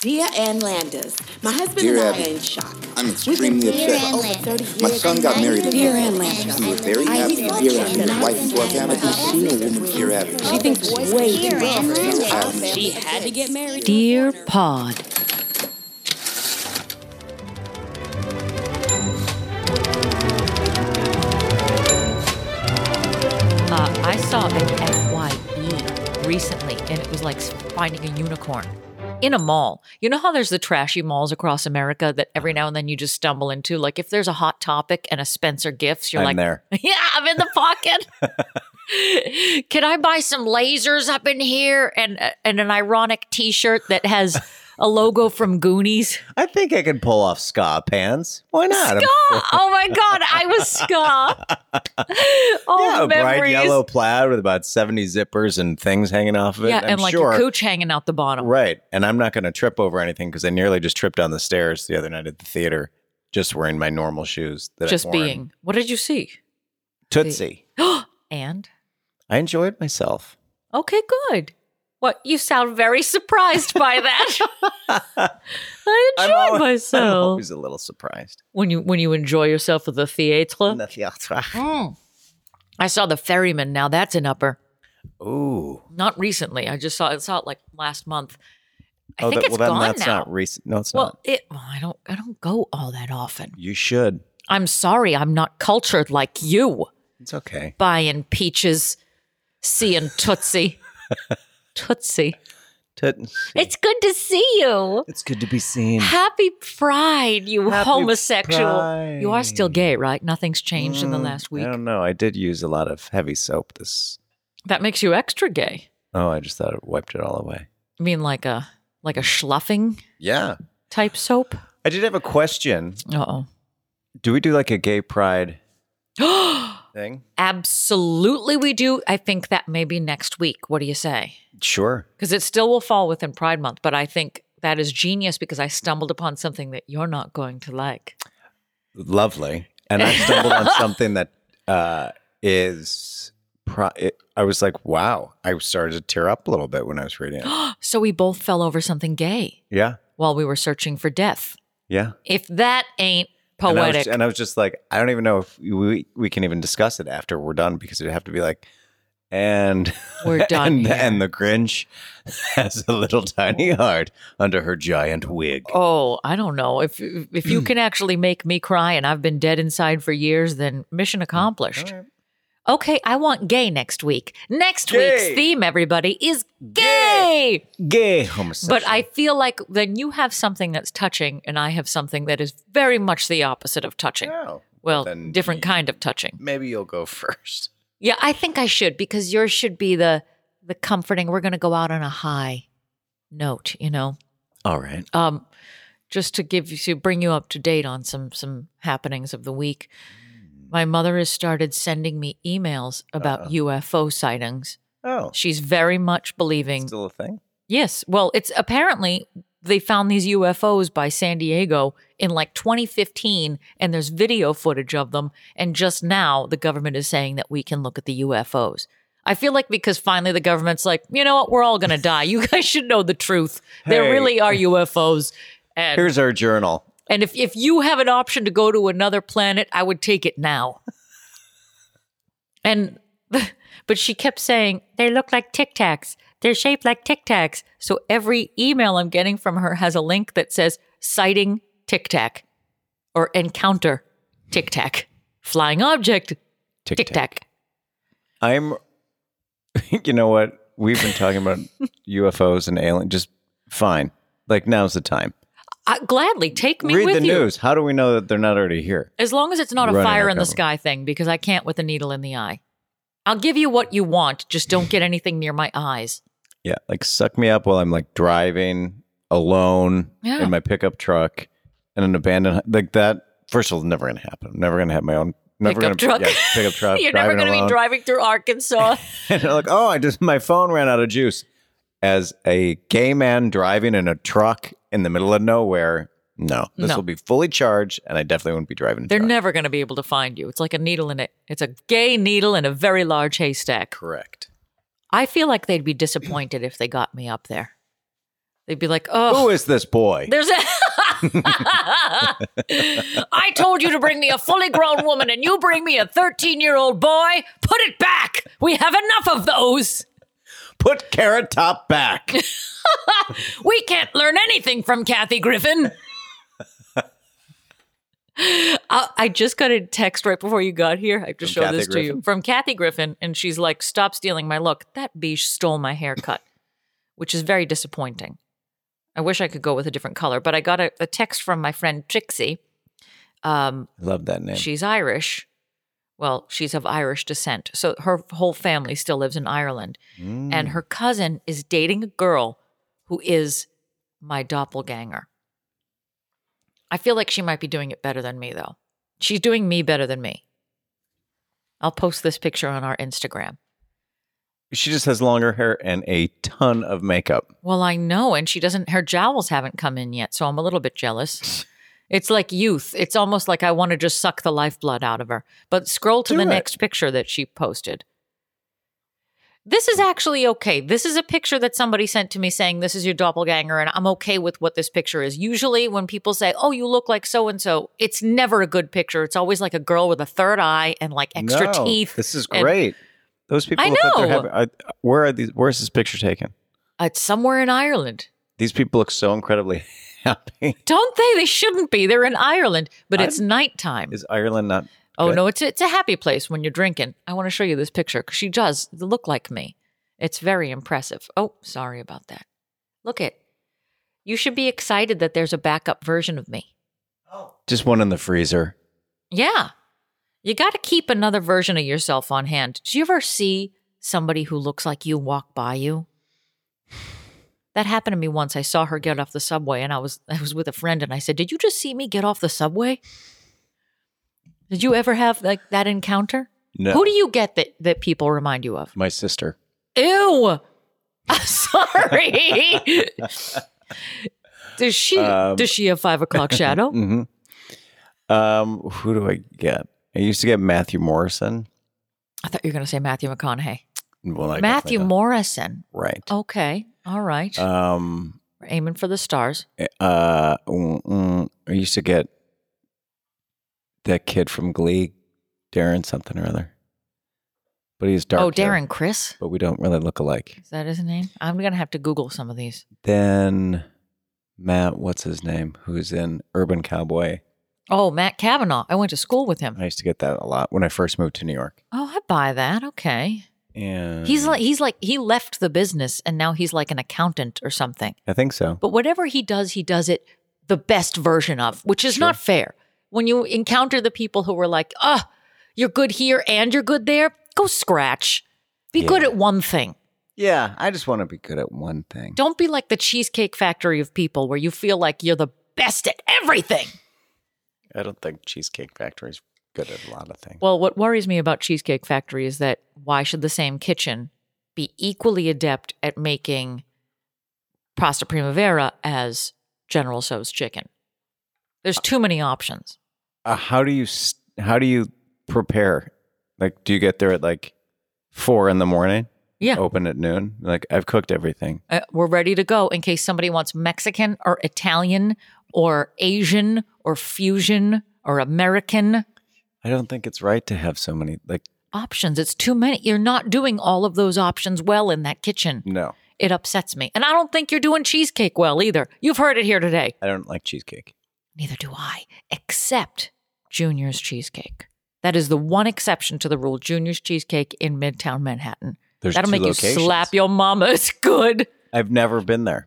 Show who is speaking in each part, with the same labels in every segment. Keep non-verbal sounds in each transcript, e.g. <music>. Speaker 1: Dear Ann Landis, my husband
Speaker 2: Dear
Speaker 1: and I
Speaker 2: Abby,
Speaker 1: are in shock.
Speaker 2: I'm extremely
Speaker 1: We've been
Speaker 2: upset.
Speaker 1: together for over 30
Speaker 2: My
Speaker 1: years
Speaker 2: son got
Speaker 1: and
Speaker 2: married
Speaker 1: I'm
Speaker 2: in
Speaker 1: dear
Speaker 2: Florida.
Speaker 1: Ann Landis.
Speaker 2: We were very happy in Dear Abby. His wife is Dork Abbott, the senior woman of Dear Abby.
Speaker 1: She thinks way too
Speaker 3: Dear Ann
Speaker 1: well
Speaker 3: Landis.
Speaker 1: She had to get married.
Speaker 4: Dear Pod.
Speaker 5: Uh, Uh, I saw an FYE recently, and it was like finding a unicorn in a mall. You know how there's the trashy malls across America that every now and then you just stumble into? Like if there's a hot topic and a Spencer Gifts, you're
Speaker 6: I'm
Speaker 5: like,
Speaker 6: there.
Speaker 5: <laughs> yeah, I'm in the pocket. Can I buy some lasers up in here and, uh, and an ironic t shirt that has a logo from Goonies?
Speaker 6: I think I could pull off ska pants. Why not?
Speaker 5: Ska!
Speaker 6: <laughs>
Speaker 5: Oh my God, I was Ska. Oh,
Speaker 6: Yeah, a
Speaker 5: memories.
Speaker 6: bright yellow plaid with about 70 zippers and things hanging off of it.
Speaker 5: Yeah,
Speaker 6: I'm
Speaker 5: and like
Speaker 6: sure.
Speaker 5: a cooch hanging out the bottom.
Speaker 6: Right. And I'm not going to trip over anything because I nearly just tripped down the stairs the other night at the theater just wearing my normal shoes. That I've
Speaker 5: just
Speaker 6: worn.
Speaker 5: being. What did you see?
Speaker 6: Tootsie.
Speaker 5: And
Speaker 6: I enjoyed myself.
Speaker 5: okay, good. What you sound very surprised by that. <laughs> I
Speaker 6: <laughs> I'm
Speaker 5: enjoy
Speaker 6: always- <laughs> I'm
Speaker 5: myself
Speaker 6: always a little surprised.
Speaker 5: when you when you enjoy yourself at the theater.
Speaker 6: In the theater.
Speaker 5: Mm. I saw the ferryman. Now that's an upper.
Speaker 6: Ooh.
Speaker 5: Not recently. I just saw I saw it like last month. I
Speaker 6: oh,
Speaker 5: think
Speaker 6: that,
Speaker 5: it's
Speaker 6: well, then
Speaker 5: gone
Speaker 6: that's
Speaker 5: now.
Speaker 6: not recent. No, it's
Speaker 5: well,
Speaker 6: not.
Speaker 5: it. Well, I don't. I don't go all that often.
Speaker 6: You should.
Speaker 5: I'm sorry. I'm not cultured like you.
Speaker 6: It's okay.
Speaker 5: Buying peaches, seeing
Speaker 6: <laughs>
Speaker 5: Tootsie, Tootsie.
Speaker 6: Tootsie.
Speaker 5: It's good to see you.
Speaker 6: It's good to be seen.
Speaker 5: Happy Pride, you
Speaker 6: Mm. Happy
Speaker 5: homosexual. You are still
Speaker 6: Pride.
Speaker 5: gay, right? Nothing's changed in the
Speaker 6: Mm,
Speaker 5: last
Speaker 6: I
Speaker 5: week.
Speaker 6: don't know. I did use a lot of heavy soap this.
Speaker 5: That makes you extra gay.
Speaker 6: Oh, I just thought it wiped it all away.
Speaker 5: I mean, like a like a schluffing
Speaker 6: Yeah.
Speaker 5: type soap.
Speaker 6: I did have a question.
Speaker 5: Uh
Speaker 6: Do we do like a gay <gasps> pride
Speaker 5: oh.
Speaker 6: thing?
Speaker 5: Absolutely, we do. I think that maybe next week. What do you say?
Speaker 6: Sure.
Speaker 5: Because it still will fall within Pride Month, but I think that is genius because I stumbled upon something that you're not going to like.
Speaker 6: Lovely. And <laughs> I stumbled on something that uh, is. Pro- it, I was like, wow. I started to tear up a little bit when I was reading <gasps> it.
Speaker 5: So we both fell over something gay
Speaker 6: yeah.
Speaker 5: while we were searching for death.
Speaker 6: Yeah.
Speaker 5: If that ain't
Speaker 6: And I was-
Speaker 5: poetic.
Speaker 6: And I, was, just like, I don't even know if we, we can even discuss it after we're done because it'd have to be like, and
Speaker 5: We're
Speaker 6: <laughs>
Speaker 5: done
Speaker 6: And,
Speaker 5: here.
Speaker 6: and the Grinch <laughs> has a little tiny heart under her giant wig.
Speaker 5: Oh, I don't know. If
Speaker 6: <clears throat>
Speaker 5: if you can actually make me cry and I've been dead inside for years, then
Speaker 6: Mm,
Speaker 5: mission accomplished. Okay, I want gay next week. Next
Speaker 6: Gay.
Speaker 5: week's theme, everybody, is gay.
Speaker 6: Gay homosexual.
Speaker 5: But I feel like then you have something that's touching and I have something that is very much the opposite of touching.
Speaker 6: Oh,
Speaker 5: Well,
Speaker 6: then
Speaker 5: different
Speaker 6: you-
Speaker 5: kind of touching.
Speaker 6: Maybe you'll go first.
Speaker 5: Yeah, I think I should because yours should be the the comforting. We're going to go out on a high note, you know.
Speaker 6: All right.
Speaker 5: um, just to give you to bring you up to date on some some happenings of the week.
Speaker 6: Mm.
Speaker 5: My mother has started sending me emails about
Speaker 6: Uh-huh.
Speaker 5: UFO sightings.
Speaker 6: Oh,
Speaker 5: She's very much believing.
Speaker 6: still a thing.
Speaker 5: yes, well, it's apparently they found these UFOs by San Diego in like 2015, and there's video footage of them. And just now, the government is saying that we can look at the UFOs. I feel like because finally the government's like, you know what, we're all going to die. You guys should know the truth. There
Speaker 6: Hey.
Speaker 5: really are UFOs. And
Speaker 6: Here's our journal.
Speaker 5: and if, if you have an option to go to another planet, I would take it now. and <laughs> but she kept saying, they look like tic tacs. They're shaped like tic tacs. So every email I'm getting from her has a link that says sighting tic tac or encounter tic tac. Flying object tic tac.
Speaker 6: I'm. <laughs> You know what? We've been talking
Speaker 5: <laughs>
Speaker 6: about UFOs and alien. Just fine. Like now's the time.
Speaker 5: I Uh, gladly take me
Speaker 6: Read
Speaker 5: with
Speaker 6: the
Speaker 5: you.
Speaker 6: news. How do we know that they're not already here?
Speaker 5: As long as it's not a
Speaker 6: Running
Speaker 5: fire
Speaker 6: or
Speaker 5: in the
Speaker 6: cover.
Speaker 5: sky thing, because I can't with a needle in the eye. I'll give you what you want, just don't get anything near my eyes.
Speaker 6: Yeah, like suck me up while I'm like driving alone
Speaker 5: Yeah.
Speaker 6: in my pickup truck in an abandoned like that. First of all, never gonna happen. Never gonna have my own. Never
Speaker 5: Pickup
Speaker 6: gonna
Speaker 5: truck.
Speaker 6: Yeah,
Speaker 5: <laughs>
Speaker 6: pickup truck.
Speaker 5: You're never
Speaker 6: driving
Speaker 5: going to be
Speaker 6: alone.
Speaker 5: driving through Arkansas.
Speaker 6: and I'm <laughs> like, oh, I just my phone ran out of juice. As a gay man driving in a truck in the middle of nowhere, no, this
Speaker 5: No.
Speaker 6: will be fully charged, and I definitely wouldn't be driving. a
Speaker 5: They're
Speaker 6: truck.
Speaker 5: never going to be able to find you. It's like a needle in it. It's a gay needle in a very large haystack.
Speaker 6: correct.
Speaker 5: I feel like they'd be disappointed if they got me up there. They'd be like, oh,
Speaker 6: Who is this boy?
Speaker 5: there's <laughs> a. I told you to bring me a fully grown woman and you bring me a 13 year old boy. Put it back. We have enough of those.
Speaker 6: Put Carrot Top
Speaker 5: <laughs>
Speaker 6: back.
Speaker 5: We can't learn anything from Kathy <laughs> Griffin. I, Uh, I just got a text right before you got here. I have to show
Speaker 6: Kathy
Speaker 5: this to you
Speaker 6: Griffin?
Speaker 5: from Kathy Griffin, and she's like, "Stop stealing my look." That beesh stole my haircut, <laughs> which is very disappointing. I wish I could go with a different color, but I got a, a text from my friend Trixie. Um,
Speaker 6: Love that name.
Speaker 5: She's Irish. Well, she's of Irish descent. So her whole family still lives in Ireland. And her cousin is dating a girl who is my doppelganger. I feel like she might be doing it better than me, though. She's doing me better than me. I'll post this picture on our Instagram.
Speaker 6: She just has longer hair and a ton of makeup.
Speaker 5: Well, I know. And she doesn't, her jowls haven't come in yet. So I'm a little
Speaker 6: <laughs>
Speaker 5: bit jealous. It's like youth. It's almost like I want to just suck the lifeblood out of her. But scroll to
Speaker 6: Do
Speaker 5: the
Speaker 6: it.
Speaker 5: next picture that she posted. This is actually okay. This is a picture that somebody sent to me saying, This is your doppelganger. And I'm okay with what this picture is. Usually, when people say, Oh, you look like so and so, it's never a good picture. It's always like a girl with a third eye and like extra
Speaker 6: No,
Speaker 5: teeth.
Speaker 6: This is
Speaker 5: and-
Speaker 6: great. Those people
Speaker 5: I
Speaker 6: look like
Speaker 5: know.
Speaker 6: they're having. I, where are these? Where's this picture taken?
Speaker 5: It's somewhere in Ireland.
Speaker 6: These people look so incredibly <laughs> happy.
Speaker 5: Don't they? They shouldn't be. They're in Ireland, but it's nighttime.
Speaker 6: Is Ireland not?
Speaker 5: Oh
Speaker 6: good?
Speaker 5: no, it's it's a happy place when you're drinking. I want to show you this picture because she does look like me. It's very impressive. Oh, sorry about that. Look it. You should be excited that there's a backup version of me.
Speaker 6: Just one in the freezer.
Speaker 5: Yeah. You got to keep another version of yourself on hand. Did you ever see somebody who looks like you walk by you? That happened to me once. I saw her get off the subway and I was I was with a friend and I said, "Did you just see me get off the subway?" Did you ever have like that encounter?
Speaker 6: No,
Speaker 5: Who do you get that that people remind you of?
Speaker 6: my sister. <laughs>
Speaker 5: Ew. <laughs> I'm sorry.
Speaker 6: <laughs>
Speaker 5: does she
Speaker 6: Um,
Speaker 5: does she have five
Speaker 6: <laughs>
Speaker 5: o'clock shadow?
Speaker 6: hmm Um, who do I get? I used to get Matthew Morrison.
Speaker 5: I thought you were gonna say Matthew McConaughey.
Speaker 6: Well, I
Speaker 5: Matthew
Speaker 6: definitely
Speaker 5: Morrison.
Speaker 6: don't. right?
Speaker 5: Okay. All right.
Speaker 6: Um,
Speaker 5: We're aiming for the stars.
Speaker 6: uh, mm, mm, I used to get that kid from Glee, Darren something or other. But he's dark.
Speaker 5: oh,
Speaker 6: hair,
Speaker 5: Darren Chris.
Speaker 6: but we don't really look alike.
Speaker 5: Is that his name? I'm gonna have to Google some of these.
Speaker 6: Then Matt, what's his name? Who's in Urban Cowboy?
Speaker 5: Oh, Matt Kavanaugh. I went to school with him.
Speaker 6: I used to get that a lot when I first moved to New York.
Speaker 5: Oh, I buy that. Okay.
Speaker 6: And
Speaker 5: He's like he's like he left the business and now he's like an accountant or something.
Speaker 6: I think so.
Speaker 5: But whatever he does, he does it the best version of, which is not fair. When you encounter the people who are like, oh, you're good here and you're good there, go scratch. Be good at one thing.
Speaker 6: Yeah, I just want to be good at one thing.
Speaker 5: Don't be like the Cheesecake Factory of people where you feel like you're the best at everything.
Speaker 6: I don't think Cheesecake Factory's good at a lot of things.
Speaker 5: Well, what worries me about Cheesecake Factory is that why should the same kitchen be equally adept at making pasta primavera as General So's chicken? There's too many options.
Speaker 6: uh, how do you s- how do you prepare? Like, do you get there at like four in the morning?
Speaker 5: Yeah.
Speaker 6: Open at noon. Like, I've cooked everything.
Speaker 5: Uh, we're ready to go in case somebody wants Mexican or Italian or Asian or fusion or American
Speaker 6: I don't think it's right to have so many. Like,
Speaker 5: options. It's too many. You're not doing all of those options well in that kitchen.
Speaker 6: no,
Speaker 5: It upsets me. And I don't think you're doing cheesecake well either. You've heard it here today.
Speaker 6: I don't like cheesecake.
Speaker 5: Neither do I, except Junior's Cheesecake. That is the one exception to the rule Junior's Cheesecake in Midtown Manhattan.
Speaker 6: There's
Speaker 5: That'll
Speaker 6: two
Speaker 5: make
Speaker 6: locations.
Speaker 5: you slap your mama. It's <laughs> good.
Speaker 6: I've never been there,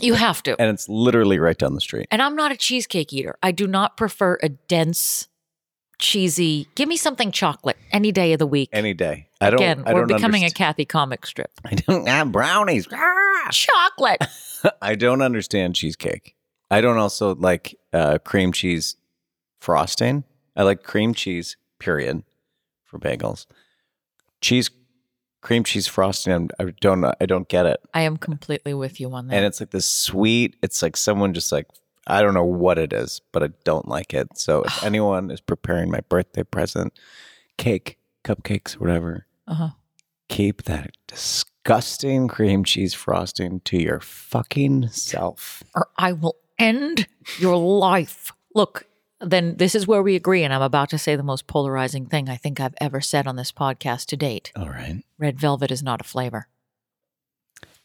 Speaker 5: You have to.
Speaker 6: and it's literally right down the street.
Speaker 5: And I'm not a cheesecake eater. I do not prefer a dense, cheesy. Give me something chocolate any day of the week.
Speaker 6: Any day. I don't.
Speaker 5: Again,
Speaker 6: I
Speaker 5: we're
Speaker 6: don't
Speaker 5: becoming
Speaker 6: underst-
Speaker 5: a Kathy comic strip.
Speaker 6: I don't have brownies. Ah!
Speaker 5: Chocolate.
Speaker 6: <laughs> I don't understand cheesecake. I don't also like uh, cream cheese frosting. I like cream cheese, period, for bagels. Cheese, cream cheese frosting. I'm- I don't. I don't get it.
Speaker 5: I am completely with you on that.
Speaker 6: And it's like this sweet. It's like someone just like I don't know what it is, but I don't like it. So
Speaker 5: <sighs>
Speaker 6: if anyone is preparing my birthday present, cake, cupcakes, whatever,
Speaker 5: uh-huh.
Speaker 6: keep that disgusting disgusting cream cheese frosting to your fucking self.
Speaker 5: or I will end your life. Look, then this is where we agree. And I'm about to say the most polarizing thing I think I've ever said on this podcast to date
Speaker 6: All right.
Speaker 5: red velvet is not a flavor.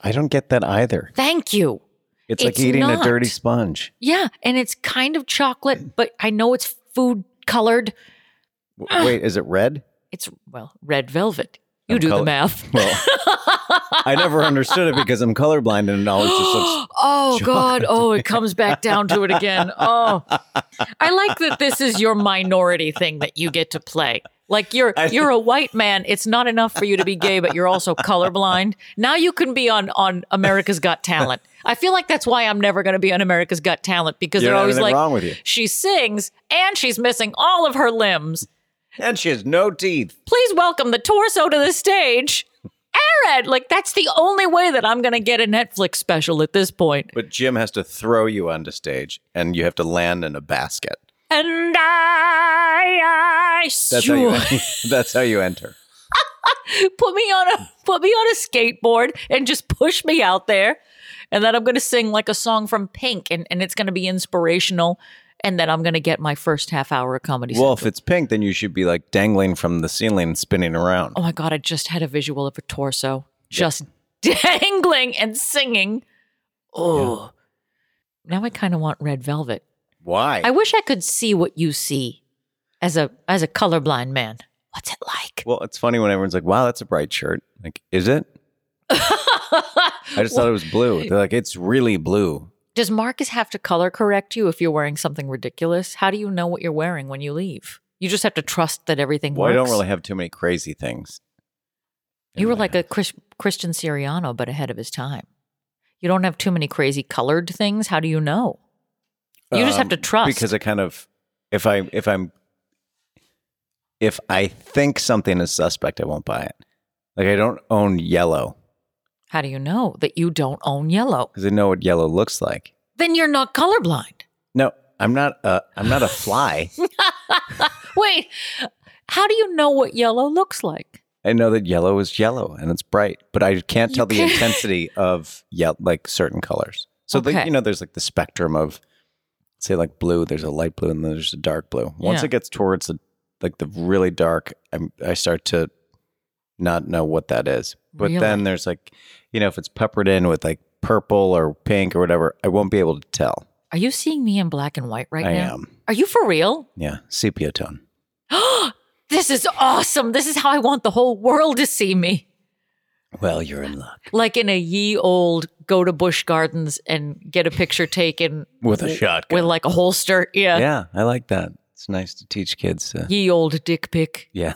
Speaker 6: I don't get that either.
Speaker 5: Thank you.
Speaker 6: It's, like
Speaker 5: It's
Speaker 6: eating
Speaker 5: not.
Speaker 6: a dirty sponge.
Speaker 5: Yeah. And it's kind of chocolate, but I know it's food colored.
Speaker 6: W- Wait, is it red?
Speaker 5: It's, well, red velvet. You
Speaker 6: I'm
Speaker 5: do
Speaker 6: color- <laughs>
Speaker 5: the math. <laughs>
Speaker 6: Well, I never understood it because I'm colorblind and it always just looks.
Speaker 5: <gasps> oh God! Oh, it comes back down to it again. Oh, I like that this is your minority thing that you get to play. Like you're you're a white man. It's not enough for you to be gay, but you're also colorblind. Now you can be on on America's Got Talent. I feel like that's why I'm never going to be on America's Got Talent because
Speaker 6: You
Speaker 5: they're
Speaker 6: don't have
Speaker 5: always
Speaker 6: anything
Speaker 5: like,
Speaker 6: wrong with you.
Speaker 5: she sings and she's missing all of her limbs.
Speaker 6: And she has no teeth.
Speaker 5: Please welcome the torso to the stage. Aaron, like that's the only way that I'm going to get a Netflix special at this point.
Speaker 6: But Jim has to throw you onto stage and you have to land in a basket.
Speaker 5: And I, I
Speaker 6: That's how you, <laughs> that's how you enter.
Speaker 5: <laughs> put me on a put me on a skateboard and just push me out there, and then I'm going to sing like a song from Pink, and, and it's going to be inspirational, and then I'm going to get my first half hour of comedy.
Speaker 6: Well, if it's pink, then you should be like dangling from the ceiling and spinning around.
Speaker 5: oh my god, I just had a visual of a torso just <laughs> dangling and singing. Oh, now I kind of want Red Velvet.
Speaker 6: Why?
Speaker 5: I wish I could see what you see as a as a colorblind man. What's it like?
Speaker 6: well, it's funny when everyone's like, wow, that's a bright shirt. Like, is it? I
Speaker 5: <laughs>
Speaker 6: just thought it was blue. They're like, it's really blue.
Speaker 5: Does Marcus have to color correct you if you're wearing something ridiculous? How do you know what you're wearing when you leave? You just have to trust that everything
Speaker 6: Well, I
Speaker 5: works.
Speaker 6: don't really have too many crazy things.
Speaker 5: you were like a Chris, Christian Siriano, but ahead of his time. You don't have too many crazy colored things. How do you know? You just have
Speaker 6: Um,
Speaker 5: to trust.
Speaker 6: because I kind of if I if I'm if I think something is suspect, I won't buy it. Like I don't own yellow
Speaker 5: How do you know that you don't own yellow?
Speaker 6: because I know what yellow looks like.
Speaker 5: Then you're not colorblind.
Speaker 6: No, I'm not. A, I'm not a
Speaker 5: <laughs>
Speaker 6: fly.
Speaker 5: Wait, how do you know what yellow looks like?
Speaker 6: I know that yellow is yellow and it's bright, but I can't tell the
Speaker 5: can't- <laughs>
Speaker 6: intensity of ye- like certain colors. So the,
Speaker 5: Okay.
Speaker 6: you know, there's like the spectrum of say like blue. There's a light blue and then there's a dark blue. Once
Speaker 5: Yeah.
Speaker 6: it gets towards the like the really dark, I'm, I start to not know what that is. But
Speaker 5: Really?
Speaker 6: then there's like you know, if it's peppered in with like purple or pink or whatever, I won't be able to tell.
Speaker 5: Are you seeing me in black and white right
Speaker 6: I
Speaker 5: now?
Speaker 6: am.
Speaker 5: Are you for real?
Speaker 6: Yeah, sepia tone.
Speaker 5: this is awesome. This is how I want the whole world to see me.
Speaker 6: Well, you're in luck
Speaker 5: Like in a ye old go to Bush Gardens and get a picture taken
Speaker 6: with a shotgun.
Speaker 5: with like a holster. Yeah.
Speaker 6: yeah, I like that. It's nice to teach kids. To,
Speaker 5: Ye old dick pic.
Speaker 6: Yeah.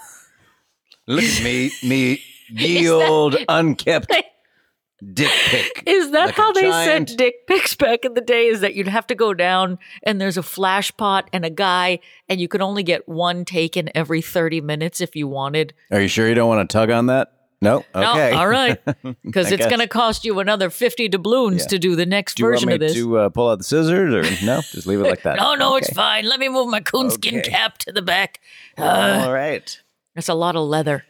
Speaker 6: <laughs> Look at me, me, ye
Speaker 5: <laughs> Is that-
Speaker 6: old unkept dick pic.
Speaker 5: <laughs> Is that
Speaker 6: Like a
Speaker 5: how they
Speaker 6: giant-
Speaker 5: sent dick pics back in the day? Is that you'd have to go down and there's a flash pot and a guy and you could only get one taken every 30 minutes if you wanted.
Speaker 6: Are you sure you don't want to tug on that? No. Okay.
Speaker 5: No,
Speaker 6: <laughs>
Speaker 5: all right.
Speaker 6: I
Speaker 5: Because it's
Speaker 6: guess.
Speaker 5: going to cost you another 50 doubloons
Speaker 6: Yeah.
Speaker 5: to do the next
Speaker 6: Do you want
Speaker 5: version
Speaker 6: me
Speaker 5: of this.
Speaker 6: to uh, pull out the scissors or no? Just leave it like that.
Speaker 5: <laughs> No, no, it's
Speaker 6: Okay.
Speaker 5: fine. Let me move my coonskin
Speaker 6: Okay.
Speaker 5: cap to the back.
Speaker 6: all right.
Speaker 5: That's a lot of leather.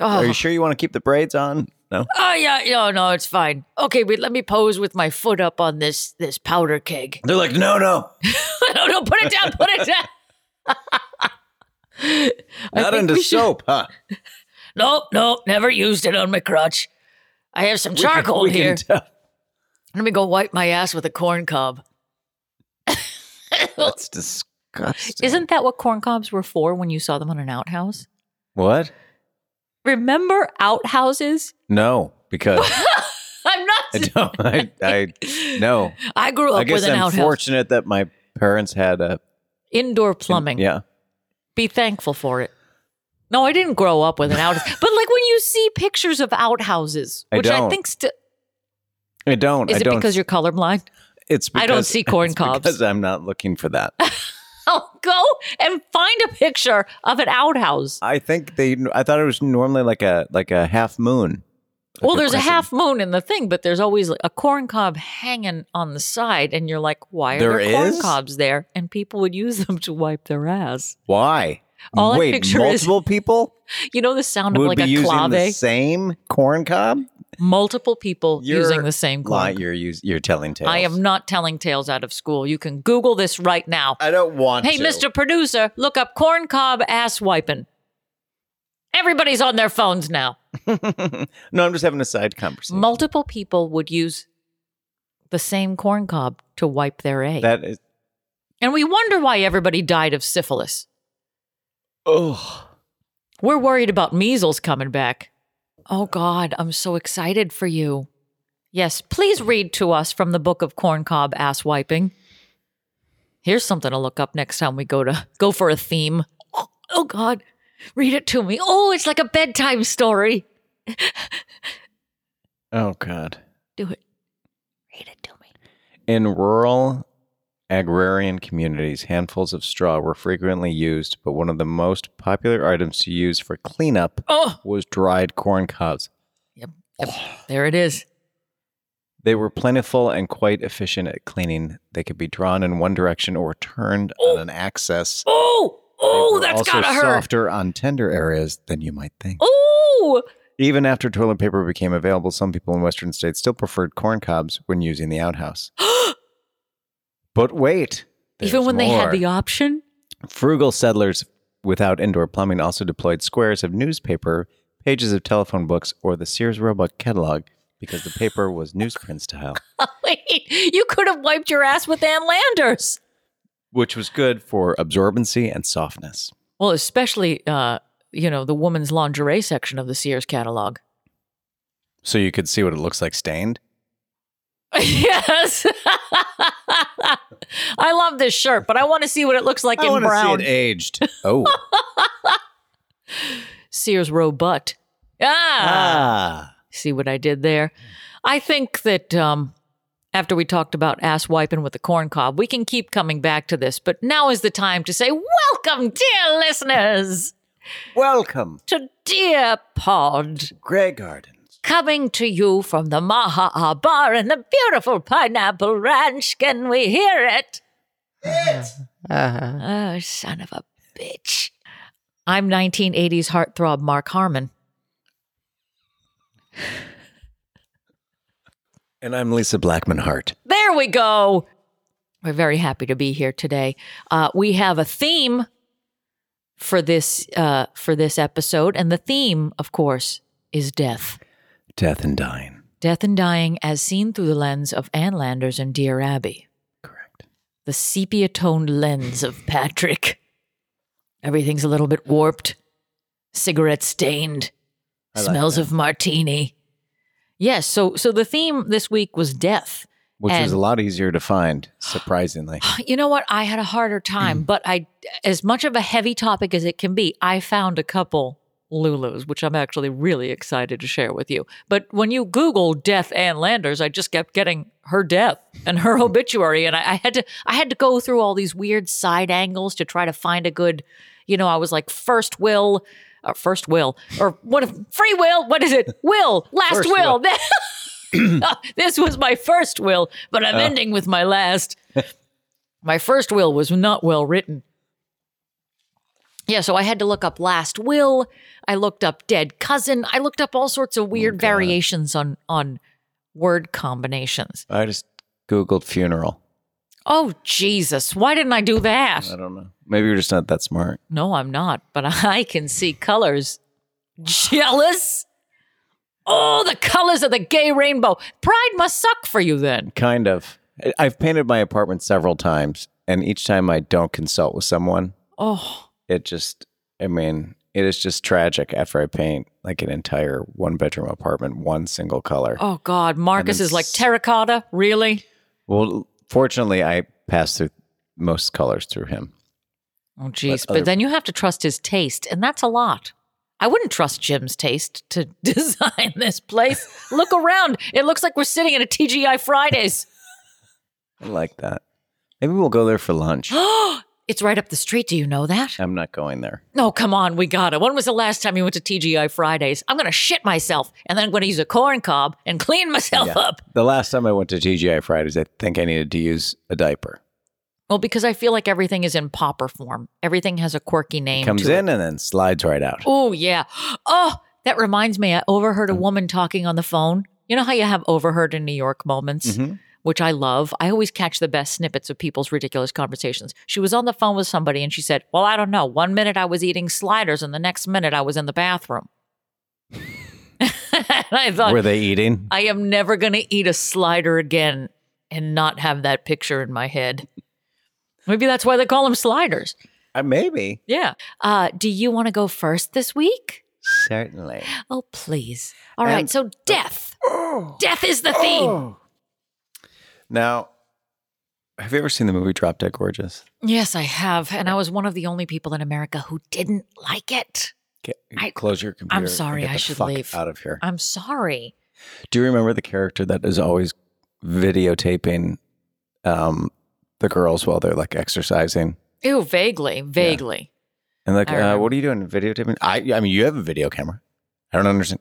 Speaker 6: Are
Speaker 5: Uh, Oh,
Speaker 6: you sure you want to keep the braids on? No.
Speaker 5: oh yeah, no, no, it's fine. Okay, but let me pose with my foot up on this this powder keg.
Speaker 6: <laughs>
Speaker 5: <laughs>
Speaker 6: They're like, no, no,
Speaker 5: no, no, put it down, put it down. <laughs> I
Speaker 6: not
Speaker 5: think
Speaker 6: into
Speaker 5: we should-
Speaker 6: soap, huh?
Speaker 5: Nope, nope, never used it on my crotch. I have some charcoal
Speaker 6: We can
Speaker 5: here. <laughs>
Speaker 6: tell.
Speaker 5: Let me go wipe my ass with a corn cob.
Speaker 6: That's disgusting.
Speaker 5: Isn't that what corn cobs were for when you saw them on an outhouse?
Speaker 6: what?
Speaker 5: Remember outhouses?
Speaker 6: No, because
Speaker 5: <laughs>
Speaker 6: <laughs>
Speaker 5: I'm not.
Speaker 6: I don't. I, I no.
Speaker 5: I grew up
Speaker 6: I guess
Speaker 5: with an
Speaker 6: I'm
Speaker 5: outhouse.
Speaker 6: fortunate that my parents had a
Speaker 5: Indoor plumbing.
Speaker 6: yeah.
Speaker 5: Be thankful for it. No, I didn't grow up with an
Speaker 6: <laughs>
Speaker 5: outhouse. but like when you see pictures of outhouses,
Speaker 6: I
Speaker 5: which I,
Speaker 6: don't.
Speaker 5: think still
Speaker 6: I don't.
Speaker 5: is
Speaker 6: I
Speaker 5: it
Speaker 6: don't
Speaker 5: because you're colorblind? <laughs>
Speaker 6: It's because
Speaker 5: I don't see
Speaker 6: <laughs>
Speaker 5: corn
Speaker 6: it's
Speaker 5: cobs.
Speaker 6: Because I'm not looking for that. <laughs>
Speaker 5: I'll Oh, go and find a picture of an outhouse.
Speaker 6: I think they. I thought it was normally like a like a half moon. Like
Speaker 5: well, there's a
Speaker 6: crescent.
Speaker 5: half moon in the thing, but there's always a corn cob hanging on the side, and you're like, why are there,
Speaker 6: There
Speaker 5: corn
Speaker 6: is?
Speaker 5: cobs there? And people would use them to wipe their ass.
Speaker 6: Why?
Speaker 5: All
Speaker 6: Wait,
Speaker 5: I picture
Speaker 6: multiple
Speaker 5: <laughs>
Speaker 6: people
Speaker 5: is, you know, the sound of
Speaker 6: would
Speaker 5: like
Speaker 6: be
Speaker 5: a
Speaker 6: using the
Speaker 5: clave.
Speaker 6: same corn cob.
Speaker 5: Multiple people
Speaker 6: You're
Speaker 5: using the same
Speaker 6: Lie,
Speaker 5: clock.
Speaker 6: you're us- you're telling tales.
Speaker 5: I am not telling tales out of school. You can Google this right now.
Speaker 6: I don't want.
Speaker 5: Hey,
Speaker 6: to.
Speaker 5: Mr. Producer, look up corn cob ass wiping. Everybody's on their phones now.
Speaker 6: <laughs> no, I'm just having a side conversation.
Speaker 5: Multiple people would use the same corn cob to wipe their egg.
Speaker 6: that is.
Speaker 5: and we wonder why everybody died of syphilis.
Speaker 6: Oh,
Speaker 5: We're worried about measles coming back. Oh, God, I'm so excited for you. Yes, please read to us from the book of corn cob ass wiping. Here's something to look up next time we go to go for a theme. Oh, oh God, read it to me. Oh, it's like a bedtime story.
Speaker 6: oh God.
Speaker 5: Do it. Read it to me.
Speaker 6: In rural agrarian communities, handfuls of straw were frequently used, but one of the most popular items to use for cleanup
Speaker 5: Oh,
Speaker 6: was dried corn cobs.
Speaker 5: yep, yep. there it is.
Speaker 6: They were plentiful and quite efficient at cleaning. They could be drawn in one direction or turned on an axis.
Speaker 5: Oh,
Speaker 6: They
Speaker 5: oh,
Speaker 6: were
Speaker 5: that's
Speaker 6: also
Speaker 5: gotta hurt.
Speaker 6: softer on tender areas than you might think.
Speaker 5: Oh,
Speaker 6: Even after toilet paper became available, some people in Western states still preferred corn cobs when using the
Speaker 5: <gasps>
Speaker 6: outhouse. but wait,
Speaker 5: even
Speaker 6: there's
Speaker 5: when they had
Speaker 6: more.
Speaker 5: the option. <laughs>
Speaker 6: frugal settlers without indoor plumbing also deployed squares of newspaper, pages of telephone books, or the Sears Roebuck catalog because the paper was newsprint style,
Speaker 5: Wait, you could have wiped your ass with Ann Landers.
Speaker 6: which was good for absorbency and softness.
Speaker 5: Well, especially uh, you know the woman's lingerie section of the Sears catalog. <laughs>
Speaker 6: So you could see what it looks like stained.
Speaker 5: yes, <laughs> I love this shirt, but I want to see what it looks like in
Speaker 6: wanna
Speaker 5: brown.
Speaker 6: aged.
Speaker 5: <laughs>
Speaker 6: Oh,
Speaker 5: Sears robut. Ah,
Speaker 6: ah,
Speaker 5: see what I did there. I think that um, after we talked about ass wiping with the corn cob, we can keep coming back to this. But now is the time to say welcome, dear listeners,
Speaker 6: welcome,
Speaker 5: to Dear Pod.
Speaker 6: Grey Gardens.
Speaker 5: Coming to you from the Maha Bar and the beautiful Pineapple Ranch. Can we hear it? Oh, son of a bitch. I'm 1980s heartthrob Mark Harmon.
Speaker 6: And I'm Lisa Blackman Hart.
Speaker 5: There we go. We're very happy to be here today. Uh, we have a theme for this uh, for this episode, and the theme, of course, is death.
Speaker 6: Death and dying.
Speaker 5: Death and dying as seen through the lens of Ann Landers and Dear Abby.
Speaker 6: Correct.
Speaker 5: the sepia toned lens of Patrick. Everything's a little bit warped, cigarette stained,
Speaker 6: I like
Speaker 5: smells
Speaker 6: that.
Speaker 5: of martini. Yes, so so the theme this week was death.
Speaker 6: Which was a
Speaker 5: And-
Speaker 6: lot easier to
Speaker 5: <gasps>
Speaker 6: find, surprisingly.
Speaker 5: <sighs> You know what? I had a harder time, but I as much of a heavy topic as it can be, I found a couple Lulus, which I'm actually really excited to share with you. But when you Google death Ann Landers, I just kept getting her death and her obituary, and I, I had to I had to go through all these weird side angles to try to find a good, you know, I was like first will, or first will, or what if free will? What is it? Will last
Speaker 6: First
Speaker 5: will. <laughs> Uh, this was my first will, but I'm ending with my last. my first will was not well written. Yeah, so I had to look up last will. I looked up dead cousin. I looked up all sorts of
Speaker 6: Oh,
Speaker 5: weird variations on on word combinations.
Speaker 6: I just Googled funeral.
Speaker 5: Oh Jesus, why didn't I do that?
Speaker 6: I don't know. Maybe you're just not that smart.
Speaker 5: No, I'm not, but <laughs> I can see colors. Jealous? Oh, the colors of the gay rainbow. Pride must suck for you then.
Speaker 6: Kind of. I- I've painted my apartment several times, and each time I don't consult with someone,
Speaker 5: Oh,
Speaker 6: it just, I mean, it is just tragic after I paint like an entire one bedroom apartment, one single color.
Speaker 5: oh God. Marcus
Speaker 6: then
Speaker 5: is like
Speaker 6: s-
Speaker 5: terracotta. Really?
Speaker 6: Well, fortunately, I passed through most colors through him.
Speaker 5: Oh, geez.
Speaker 6: other-
Speaker 5: But then you have to trust his taste, and that's a lot. I wouldn't trust Jim's taste to <laughs> design this place. Look around. It looks like we're sitting at a TGI Fridays.
Speaker 6: I like that. Maybe we'll go there for
Speaker 5: <gasps>
Speaker 6: lunch.
Speaker 5: It's right up the street. Do you know that?
Speaker 6: I'm not going there.
Speaker 5: No, come on, we gotta. When was the last time you went to TGI Fridays? I'm gonna shit myself, and then I'm gonna use a corn cob and clean myself
Speaker 6: Yeah.
Speaker 5: up.
Speaker 6: The last time I went to TGI Fridays, I think I needed to use a diaper.
Speaker 5: Well, because I feel like everything is in popper form. Everything has a quirky name.
Speaker 6: Comes
Speaker 5: to it.
Speaker 6: in and then slides right out.
Speaker 5: Oh, yeah. Oh, that reminds me. I overheard a woman talking on the phone. You know how you have overheard in New York moments, which I love? I always catch the best snippets of people's ridiculous conversations. She was on the phone with somebody and she said, Well, I don't know. One minute I was eating sliders and the next minute I was in the bathroom. <laughs> and I thought,
Speaker 6: Were they eating?
Speaker 5: I am never going to eat a slider again and not have that picture in my head. Maybe that's why they call them sliders.
Speaker 6: Uh, maybe.
Speaker 5: Yeah. Uh, do you want to go first this week?
Speaker 6: Certainly.
Speaker 5: Oh, please. All right.
Speaker 6: And-
Speaker 5: So
Speaker 6: <gasps>
Speaker 5: death. death is the theme.
Speaker 6: Now, have you ever seen the movie Drop Dead Gorgeous?
Speaker 5: <gasps> Yes, I have. And I was one of the only people in America who didn't like it.
Speaker 6: Get,
Speaker 5: I-
Speaker 6: close your computer. and
Speaker 5: sorry,
Speaker 6: get
Speaker 5: I
Speaker 6: the
Speaker 5: should
Speaker 6: fuck
Speaker 5: leave. Uh,
Speaker 6: out of here.
Speaker 5: I'm sorry.
Speaker 6: Do you remember the character that is always videotaping um, the girls while they're like exercising?
Speaker 5: Ew, vaguely, vaguely.
Speaker 6: And like,
Speaker 5: I
Speaker 6: uh,
Speaker 5: remember.
Speaker 6: what are you doing? Videotaping? I, I mean, you have a video camera. I don't understand.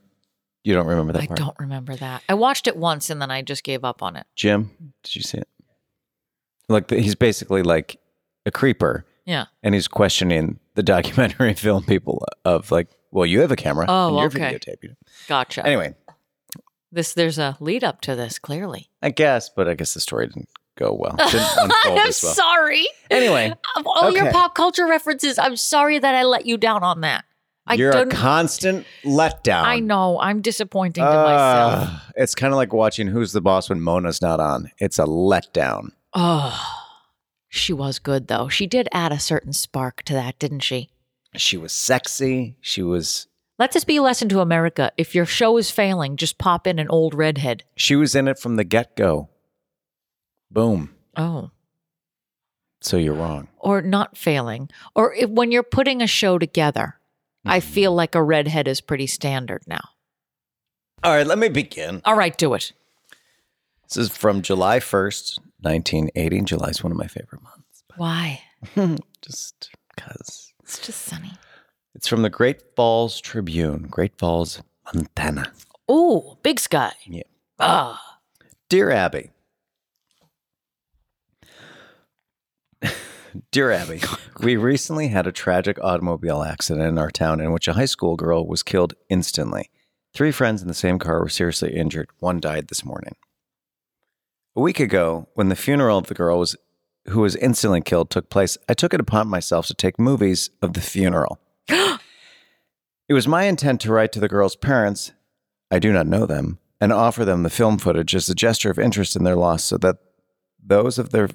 Speaker 6: You don't remember that
Speaker 5: I
Speaker 6: part,
Speaker 5: don't remember that. I watched it once and then I just gave up on it.
Speaker 6: Jim? Did you see it? Like, the, he's basically like a creeper,
Speaker 5: Yeah.
Speaker 6: and he's questioning the <laughs> documentary film people of like, well, you have a camera.
Speaker 5: Oh,
Speaker 6: and you're
Speaker 5: okay.
Speaker 6: Videotaping.
Speaker 5: Gotcha.
Speaker 6: Anyway,
Speaker 5: This there's a lead up to this, clearly.
Speaker 6: I guess, but I guess the story didn't go
Speaker 5: <laughs>
Speaker 6: well. Didn't unfold
Speaker 5: I'm
Speaker 6: as well.
Speaker 5: sorry.
Speaker 6: Anyway,
Speaker 5: <laughs> Of all your
Speaker 6: Okay.
Speaker 5: pop culture references, I'm sorry that I let you down on that. I
Speaker 6: you're a
Speaker 5: don't
Speaker 6: constant letdown.
Speaker 5: I know. I'm disappointing to
Speaker 6: Ah,
Speaker 5: myself.
Speaker 6: It's kind of like watching Who's the Boss when Mona's not on. It's a letdown.
Speaker 5: Oh, she was good though. She did add a certain spark to that, didn't she?
Speaker 6: She was sexy. She was
Speaker 5: Let this be a lesson to America. If your show is failing, just pop in an old redhead.
Speaker 6: she was in it from the get go. Boom.
Speaker 5: Oh.
Speaker 6: So you're wrong.
Speaker 5: Or not failing. Or if, when you're putting a show together, I feel like a redhead is pretty standard now.
Speaker 6: All right, let me begin.
Speaker 5: All right, do it.
Speaker 6: This is from July 1st, 1980. July is one of my favorite
Speaker 5: <laughs>
Speaker 6: months.
Speaker 5: Why?
Speaker 6: Just because.
Speaker 5: It's just sunny.
Speaker 6: It's from the Great Falls Tribune, Great Falls, Montana.
Speaker 5: Ooh, big sky.
Speaker 6: Yeah.
Speaker 5: Ah.
Speaker 6: Dear Abby. Dear Abby, we recently had a tragic automobile accident in our town in which a high school girl was killed instantly. Three friends in the same car were seriously injured. One died this morning. A week ago, when the funeral of the girl was, who was instantly killed took place, I took it upon myself to take movies of the funeral. it was my intent to write to the girl's parents I do not know them, and offer them the film footage as a gesture of interest in their loss so that those of their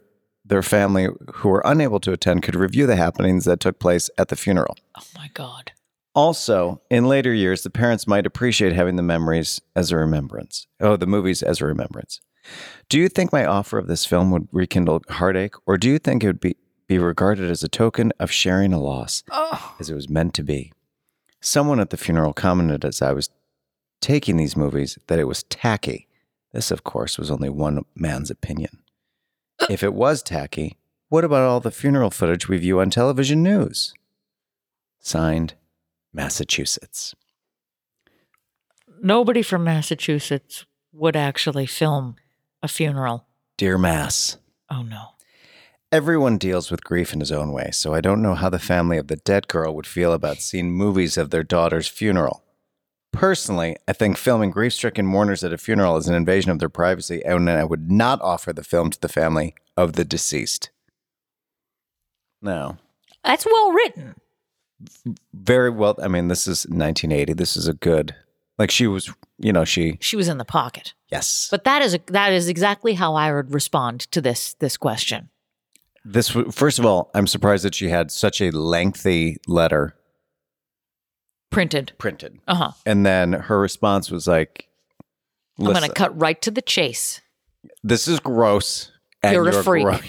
Speaker 6: their family who were unable to attend could review the happenings that took place at the funeral.
Speaker 5: Oh my God.
Speaker 6: Also, in later years, the parents might appreciate having the memories as a remembrance. Oh, the movies as a remembrance. Do you think my offer of this film would rekindle heartache, or do you think it would be, be regarded as a token of sharing a loss, as it was meant to be? Someone at the funeral commented as I was taking these movies that it was tacky. This, of course, was only one man's opinion. If it was tacky, what about all the funeral footage we view on television news? Signed, Massachusetts.
Speaker 5: Nobody from Massachusetts would actually film a funeral.
Speaker 6: Dear Mass,
Speaker 5: Oh no.
Speaker 6: everyone deals with grief in his own way, so I don't know how the family of the dead girl would feel about seeing movies of their daughter's funeral. Personally, I think filming grief stricken mourners at a funeral is an invasion of their privacy, and I would not offer the film to the family of the deceased. No.
Speaker 5: That's well written.
Speaker 6: Very well. I mean, this is 1980. This is a good, like, she was, you know, she,
Speaker 5: She was in the pocket.
Speaker 6: yes.
Speaker 5: But that is that is exactly how I would respond to this this question.
Speaker 6: This w- first of all, I'm surprised that she had such a lengthy letter
Speaker 5: Printed.
Speaker 6: printed,
Speaker 5: Uh huh.
Speaker 6: and then her response was like,
Speaker 5: I'm going
Speaker 6: "Listen,
Speaker 5: to cut right to the chase.
Speaker 6: this is gross. and
Speaker 5: You're a freak."
Speaker 6: gro-
Speaker 5: <laughs>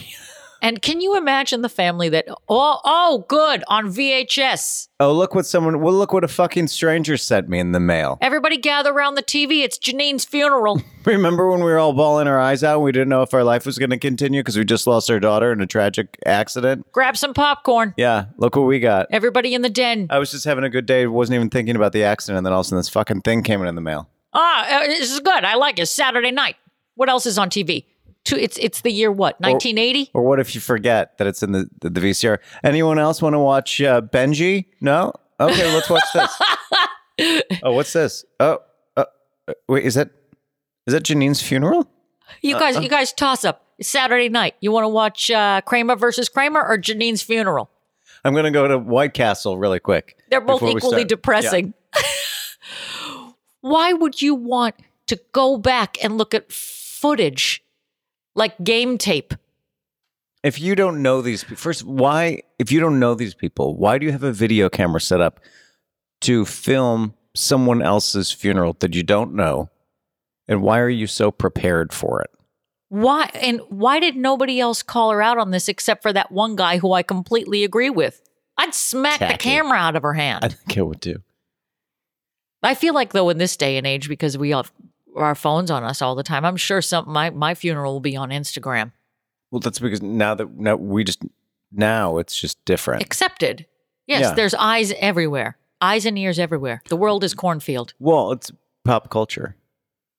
Speaker 5: And can you imagine the family that oh oh good on VHS?
Speaker 6: <laughs> oh, look what someone. Well, look what a fucking stranger sent me in the mail. <laughs>
Speaker 5: Everybody gather around the TV. It's Janine's funeral.
Speaker 6: Remember when we were all bawling our eyes out and we didn't know if our life was going to continue because we just lost our daughter in a tragic accident?
Speaker 5: Grab some popcorn.
Speaker 6: Yeah, look what we got.
Speaker 5: Everybody in the den.
Speaker 6: I was just having a good day, wasn't even thinking about the accident, and then all of a sudden this fucking thing came in the mail.
Speaker 5: Ah, uh, this is good. I like it. Saturday night. What else is on TV? Two, it's it's the year what? 1980?
Speaker 6: Or what if you forget that it's in the the, the VCR? Anyone else want to watch uh, Benji? No. Okay, let's watch this.
Speaker 5: <laughs>
Speaker 6: oh, what's this? Oh, uh, uh, wait, is that is that Janine's funeral?
Speaker 5: you
Speaker 6: Uh,
Speaker 5: guys you guys toss up. It's Saturday night. You want to watch uh, Kramer versus Kramer or Janine's funeral?
Speaker 6: I'm gonna go to White Castle really quick.
Speaker 5: They're both
Speaker 6: before we
Speaker 5: equally
Speaker 6: start.
Speaker 5: depressing. <laughs> Why would you want to go back and look at footage like game tape?
Speaker 6: If you don't know these, pe- first, why? If you don't know these people, why do you have a video camera set up to film someone else's funeral that you don't know? And why are you so prepared for it?
Speaker 5: Why and why did nobody else call her out on this except for that one guy who I completely agree with? I'd smack the
Speaker 6: Tacky.
Speaker 5: camera out of her hand.
Speaker 6: I think I would too.
Speaker 5: I feel like though in this day and age, because we have our phones on us all the time, I'm sure some my my funeral will be on Instagram.
Speaker 6: Well, that's because now that now we just now it's just different.
Speaker 5: Accepted. Yes,
Speaker 6: Yeah.
Speaker 5: there's eyes everywhere. Eyes and ears everywhere. The world is cornfield.
Speaker 6: Well, it's pop culture.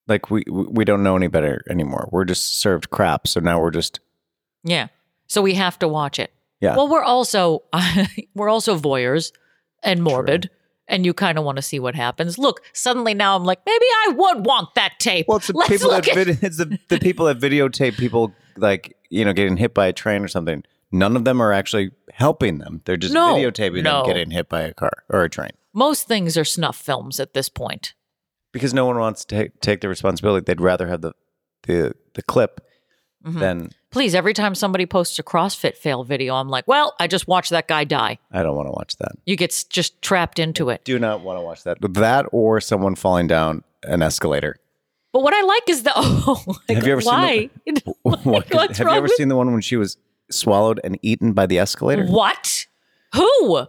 Speaker 6: Like we we we don't know any better anymore. We're just served crap, so now we're just
Speaker 5: Yeah. So we have to watch it.
Speaker 6: Yeah.
Speaker 5: Well, we're also <laughs> we're also voyeurs and morbid. And you kind of want to see what happens. Look, suddenly now I'm like, maybe I would want that tape.
Speaker 6: Well, it's the
Speaker 5: Let's
Speaker 6: people that
Speaker 5: look at-
Speaker 6: vid- <laughs> it's the, the people that videotape people like you know getting hit by a train or something. None of them are actually helping them. They're just
Speaker 5: No,
Speaker 6: videotaping
Speaker 5: no.
Speaker 6: them getting hit by a car or a train
Speaker 5: Most things are snuff films at this point.
Speaker 6: because no one wants to take, take the responsibility. They'd rather have the the the clip
Speaker 5: Mm-hmm.
Speaker 6: than
Speaker 5: Please, every time somebody posts a CrossFit fail video, I'm like, well, I just watched that guy die.
Speaker 6: I don't want to watch that.
Speaker 5: You get s- just trapped into it.
Speaker 6: Do not want to watch that. That or someone falling down an escalator. <laughs>
Speaker 5: But what I like is the <laughs> oh, like,
Speaker 6: Have you ever seen
Speaker 5: why?
Speaker 6: <laughs>
Speaker 5: <laughs>
Speaker 6: What-
Speaker 5: what's
Speaker 6: have you
Speaker 5: wrong
Speaker 6: ever
Speaker 5: with-
Speaker 6: seen the one when she was swallowed and eaten by the escalator?
Speaker 5: what? Who?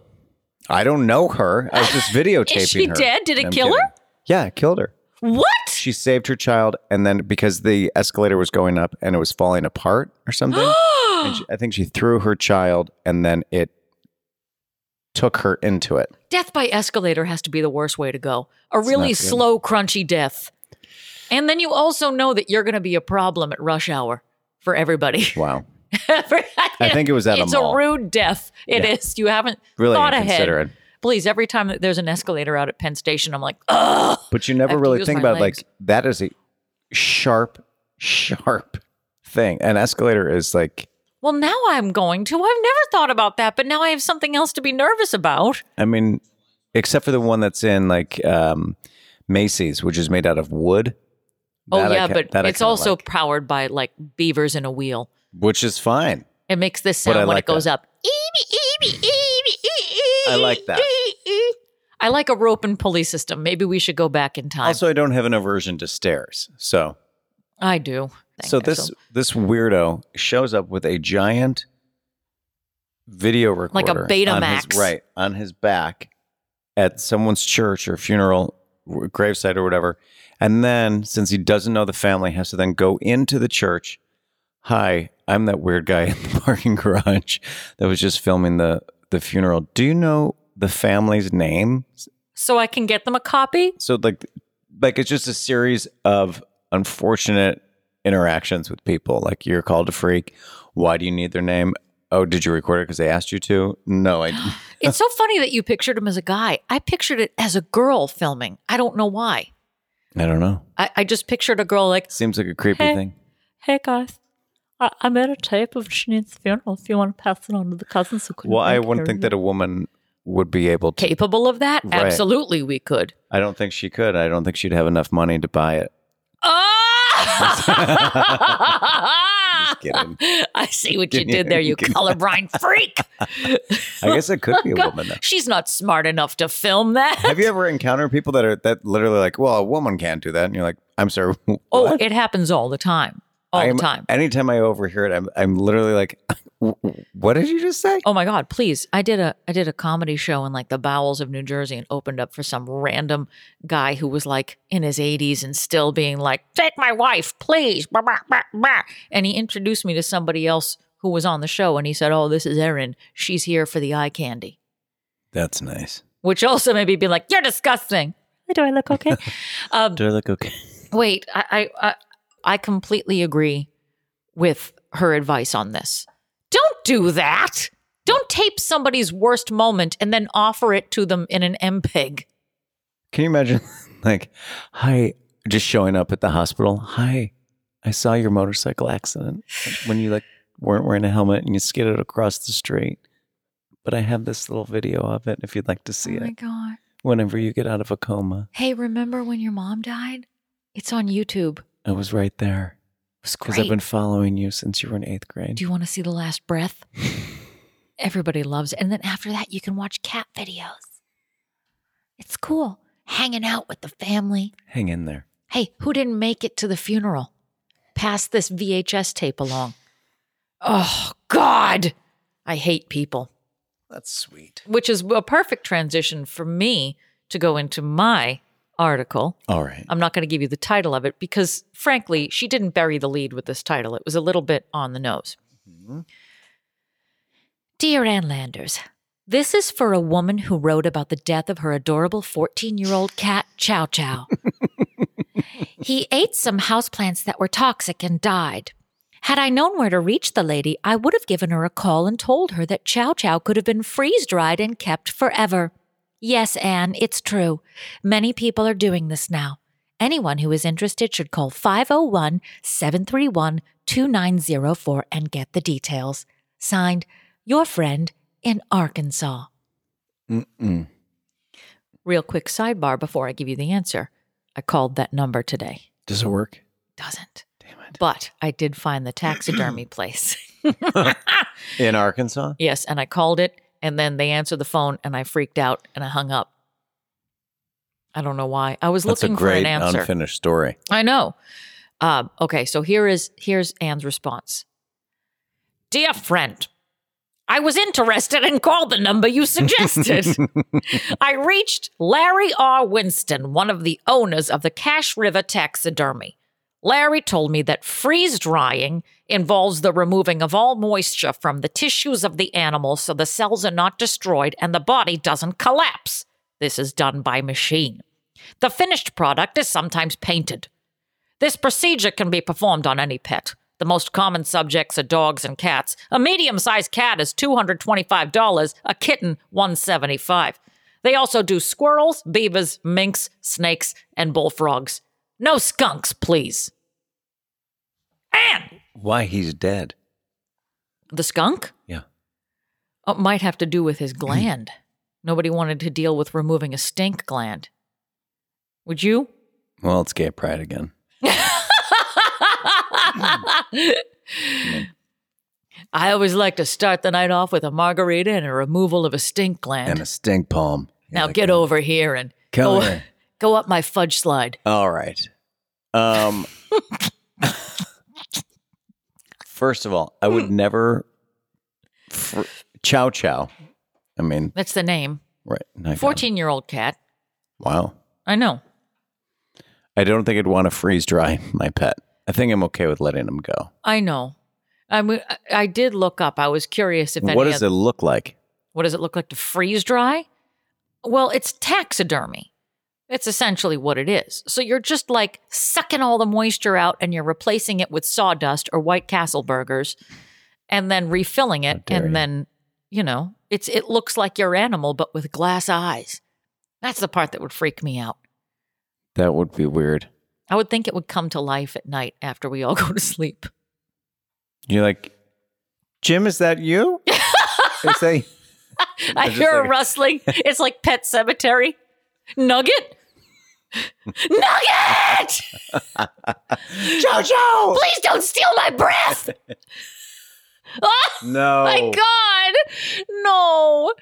Speaker 6: I don't know her. I was just
Speaker 5: <laughs>
Speaker 6: videotaping
Speaker 5: she
Speaker 6: her.
Speaker 5: dead? Did it kill her?
Speaker 6: Yeah, it killed her.
Speaker 5: What?
Speaker 6: she saved her child and then because the escalator was going up and it was falling apart or something
Speaker 5: <gasps>
Speaker 6: and she, i think she threw her child and then it took her into it
Speaker 5: <gasps> Death by escalator has to be the worst way to go. A really
Speaker 6: good.
Speaker 5: slow, crunchy death. And then you also know that you're going to be a problem at rush hour for everybody. <laughs>
Speaker 6: wow
Speaker 5: I
Speaker 6: think it was at a
Speaker 5: It's
Speaker 6: mall.
Speaker 5: a rude death. It is. You haven't
Speaker 6: Really
Speaker 5: thought ahead.
Speaker 6: inconsiderate.
Speaker 5: Please, every time that there's an escalator out at Penn Station, I'm like, ugh.
Speaker 6: but you
Speaker 5: I have
Speaker 6: never
Speaker 5: to
Speaker 6: really
Speaker 5: use
Speaker 6: think
Speaker 5: my
Speaker 6: about
Speaker 5: legs.
Speaker 6: like that is a sharp sharp thing an escalator is like
Speaker 5: Well, now I'm going to. I've never thought about that, but now I have something else to be nervous about.
Speaker 6: i mean except for the one that's in like um macy's which is made out of wood
Speaker 5: Oh
Speaker 6: That I
Speaker 5: yeah,
Speaker 6: ca-
Speaker 5: but
Speaker 6: that I
Speaker 5: it's
Speaker 6: kinda
Speaker 5: also
Speaker 6: like.
Speaker 5: powered by like beavers in a wheel.
Speaker 6: which is fine
Speaker 5: It makes this
Speaker 6: But I
Speaker 5: sound when
Speaker 6: like
Speaker 5: it goes
Speaker 6: that.
Speaker 5: up.
Speaker 6: I like that.
Speaker 5: I like a rope and pulley system. Maybe we should go back in time.
Speaker 6: also i don't have an aversion to stairs so
Speaker 5: I do. Thank
Speaker 6: so
Speaker 5: you.
Speaker 6: this this weirdo shows up with a giant video
Speaker 5: Like a
Speaker 6: recorder, on his-
Speaker 5: Betamax.
Speaker 6: right on his back at someone's church or funeral, w- gravesite or whatever, and then since he doesn't know the family, has to then go into the church. Hi, I'm that weird guy <laughs> in the parking garage that was just filming the the funeral. Do you know the family's name?
Speaker 5: so I can get them a
Speaker 6: <laughs>
Speaker 5: copy.
Speaker 6: So like like it's just a series of unfortunate interactions with people. Like you're called a freak. Why do you need their name? Oh, did you record it because they asked you to? No, I
Speaker 5: <gasps>
Speaker 6: didn't.
Speaker 5: It's so funny that you pictured him as a guy. I pictured it as a girl filming. I don't know why.
Speaker 6: I don't know.
Speaker 5: I, I just pictured a girl like,
Speaker 6: Seems like a creepy
Speaker 5: Hey.
Speaker 6: thing.
Speaker 5: "Hey guys, I, I made a tape of Shanine's funeral. If you want to pass it on to the cousins who couldn't
Speaker 6: Well, I
Speaker 5: make it or
Speaker 6: wouldn't think that a woman would be able to.
Speaker 5: capable of that?
Speaker 6: Right.
Speaker 5: Absolutely,
Speaker 6: <laughs>
Speaker 5: we could.
Speaker 6: I don't think she could. I don't think she'd have enough money to buy it.
Speaker 5: Ah!
Speaker 6: kidding.
Speaker 5: <laughs> I see what
Speaker 6: <laughs>
Speaker 5: you did there, you colorblind freak.
Speaker 6: I guess it could
Speaker 5: <laughs>
Speaker 6: be a
Speaker 5: Oh,
Speaker 6: woman though.
Speaker 5: She's not smart enough to film that.
Speaker 6: Have you ever encountered people that are that literally like, well, a woman can't do that, and you're like, I'm sorry.
Speaker 5: <laughs> Oh,
Speaker 6: what?
Speaker 5: it happens all the time. All
Speaker 6: I'm-
Speaker 5: the time.
Speaker 6: Anytime I overhear it, I'm I'm literally like, <laughs> what did you just say?
Speaker 5: Oh my God! Please, I did a I did a comedy show in like the bowels of New Jersey and opened up for some random guy who was like in his 80s and still being like, "Take my wife, please!" Bah, bah, bah, bah. And he introduced me to somebody else who was on the show, and he said, "Oh, this is Erin. She's here for the eye candy,"
Speaker 6: That's nice.
Speaker 5: which also made me be like, "You're disgusting." Do I
Speaker 6: <laughs>
Speaker 5: look okay?
Speaker 6: Do I look okay?
Speaker 5: Wait, I I I, I completely uh, agree with her advice on this. Don't do that. Don't tape somebody's worst moment and then offer it to them in an MPEG.
Speaker 6: Can you imagine, <laughs> like, hi, just showing up at the hospital? Hi, I saw your motorcycle accident when you like weren't wearing a helmet and you skidded across the street. But I have this little video of it if you'd like to see
Speaker 5: Oh my
Speaker 6: it
Speaker 5: God.
Speaker 6: whenever you get out of a coma.
Speaker 5: Hey, remember when your mom died? It's on YouTube. It
Speaker 6: I was right there
Speaker 5: was
Speaker 6: because
Speaker 5: great.
Speaker 6: I've been following you since you were in eighth grade.
Speaker 5: Do you want to see the last breath? <laughs> Everybody loves it. And then after that, you can watch cat videos. It's cool. Hanging out with the family.
Speaker 6: Hang in there.
Speaker 5: Hey, who didn't make it to the funeral? Pass this VHS tape along. Oh, God. I hate people,
Speaker 6: That's sweet.
Speaker 5: which is a perfect transition for me to go into my article.
Speaker 6: All right.
Speaker 5: I'm not going to give you the title of it because, frankly, she didn't bury the lead with this title. It was a little bit on the nose. Dear Ann Landers, this is for a woman who wrote about the death of her adorable 14 year old cat, Chow Chow. he ate some houseplants that were toxic and died. Had I known where to reach the lady, I would have given her a call and told her that Chow Chow could have been freeze dried and kept forever. Yes, Anne, it's true. Many people are doing this now. Anyone who is interested should call 501 731 2904 and get the details. Signed, Your Friend in Arkansas.
Speaker 6: Mm-mm.
Speaker 5: Real quick sidebar before I give you the answer. I called that number today.
Speaker 6: Does it work?
Speaker 5: Doesn't.
Speaker 6: Damn it.
Speaker 5: But I did find the <clears throat> taxidermy place.
Speaker 6: In Arkansas?
Speaker 5: Yes, and I called it, and then they answered the phone, and I freaked out and I hung up. I don't know why. I was
Speaker 6: That's a
Speaker 5: looking for
Speaker 6: great
Speaker 5: an answer.
Speaker 6: unfinished story.
Speaker 5: I know. Um, okay, so here is here's Anne's response. Dear friend, I was interested and called the number you suggested. I reached Larry R. Winston, one of the owners of the Cash River Taxidermy. Larry told me that freeze drying involves the removing of all moisture from the tissues of the animal so the cells are not destroyed and the body doesn't collapse. This is done by machine. The finished product is sometimes painted. This procedure can be performed on any pet. The most common subjects are dogs and cats. A medium sized cat is $225, a kitten, $175. They also do squirrels, beavers, minks, snakes, and bullfrogs. No skunks, please. And
Speaker 6: Why he's dead.
Speaker 5: the skunk
Speaker 6: Yeah.
Speaker 5: uh, might have to do with his gland. Nobody wanted to deal with removing a stink gland. Would you?
Speaker 6: Well, it's gay pride again.
Speaker 5: I always like to start the night off with a margarita and a removal of a stink
Speaker 6: And
Speaker 5: gland.
Speaker 6: a stink palm.
Speaker 5: now
Speaker 6: Like,
Speaker 5: get over here and
Speaker 6: Come
Speaker 5: go,
Speaker 6: here.
Speaker 5: go up my fudge slide.
Speaker 6: All right. Um, <laughs> first of all, I would
Speaker 5: Hmm.
Speaker 6: never fr- chow chow. I mean,
Speaker 5: That's the name.
Speaker 6: right? I got it.
Speaker 5: 14 year old cat.
Speaker 6: Wow.
Speaker 5: I know.
Speaker 6: I don't think I'd want to freeze dry <laughs> my pet. I think I'm okay with letting him go.
Speaker 5: I know. I mean, I- I did look up. I was curious if any
Speaker 6: What does
Speaker 5: oth-
Speaker 6: it look like?
Speaker 5: what does it look like to freeze dry? Well, it's taxidermy. It's essentially what it is. So you're just like sucking all the moisture out and you're replacing it with sawdust or White Castle burgers and then refilling it
Speaker 6: dare
Speaker 5: and
Speaker 6: you.
Speaker 5: then, you know, it's it looks like your animal but with glass eyes. That's the part that would freak me out.
Speaker 6: That would be weird.
Speaker 5: I would think it would come to life at night after we all <laughs> go
Speaker 6: <laughs>
Speaker 5: to sleep.
Speaker 6: You're like, Jim, is that you?
Speaker 5: <laughs>
Speaker 6: Is that-
Speaker 5: I
Speaker 6: just
Speaker 5: hear
Speaker 6: like-
Speaker 5: a rustling. It's like Pet Cemetery. Nugget? <laughs> Nugget!
Speaker 6: <laughs> Jojo!
Speaker 5: Please don't steal
Speaker 6: <laughs>
Speaker 5: my breath. <laughs> oh
Speaker 6: No.
Speaker 5: my god. No.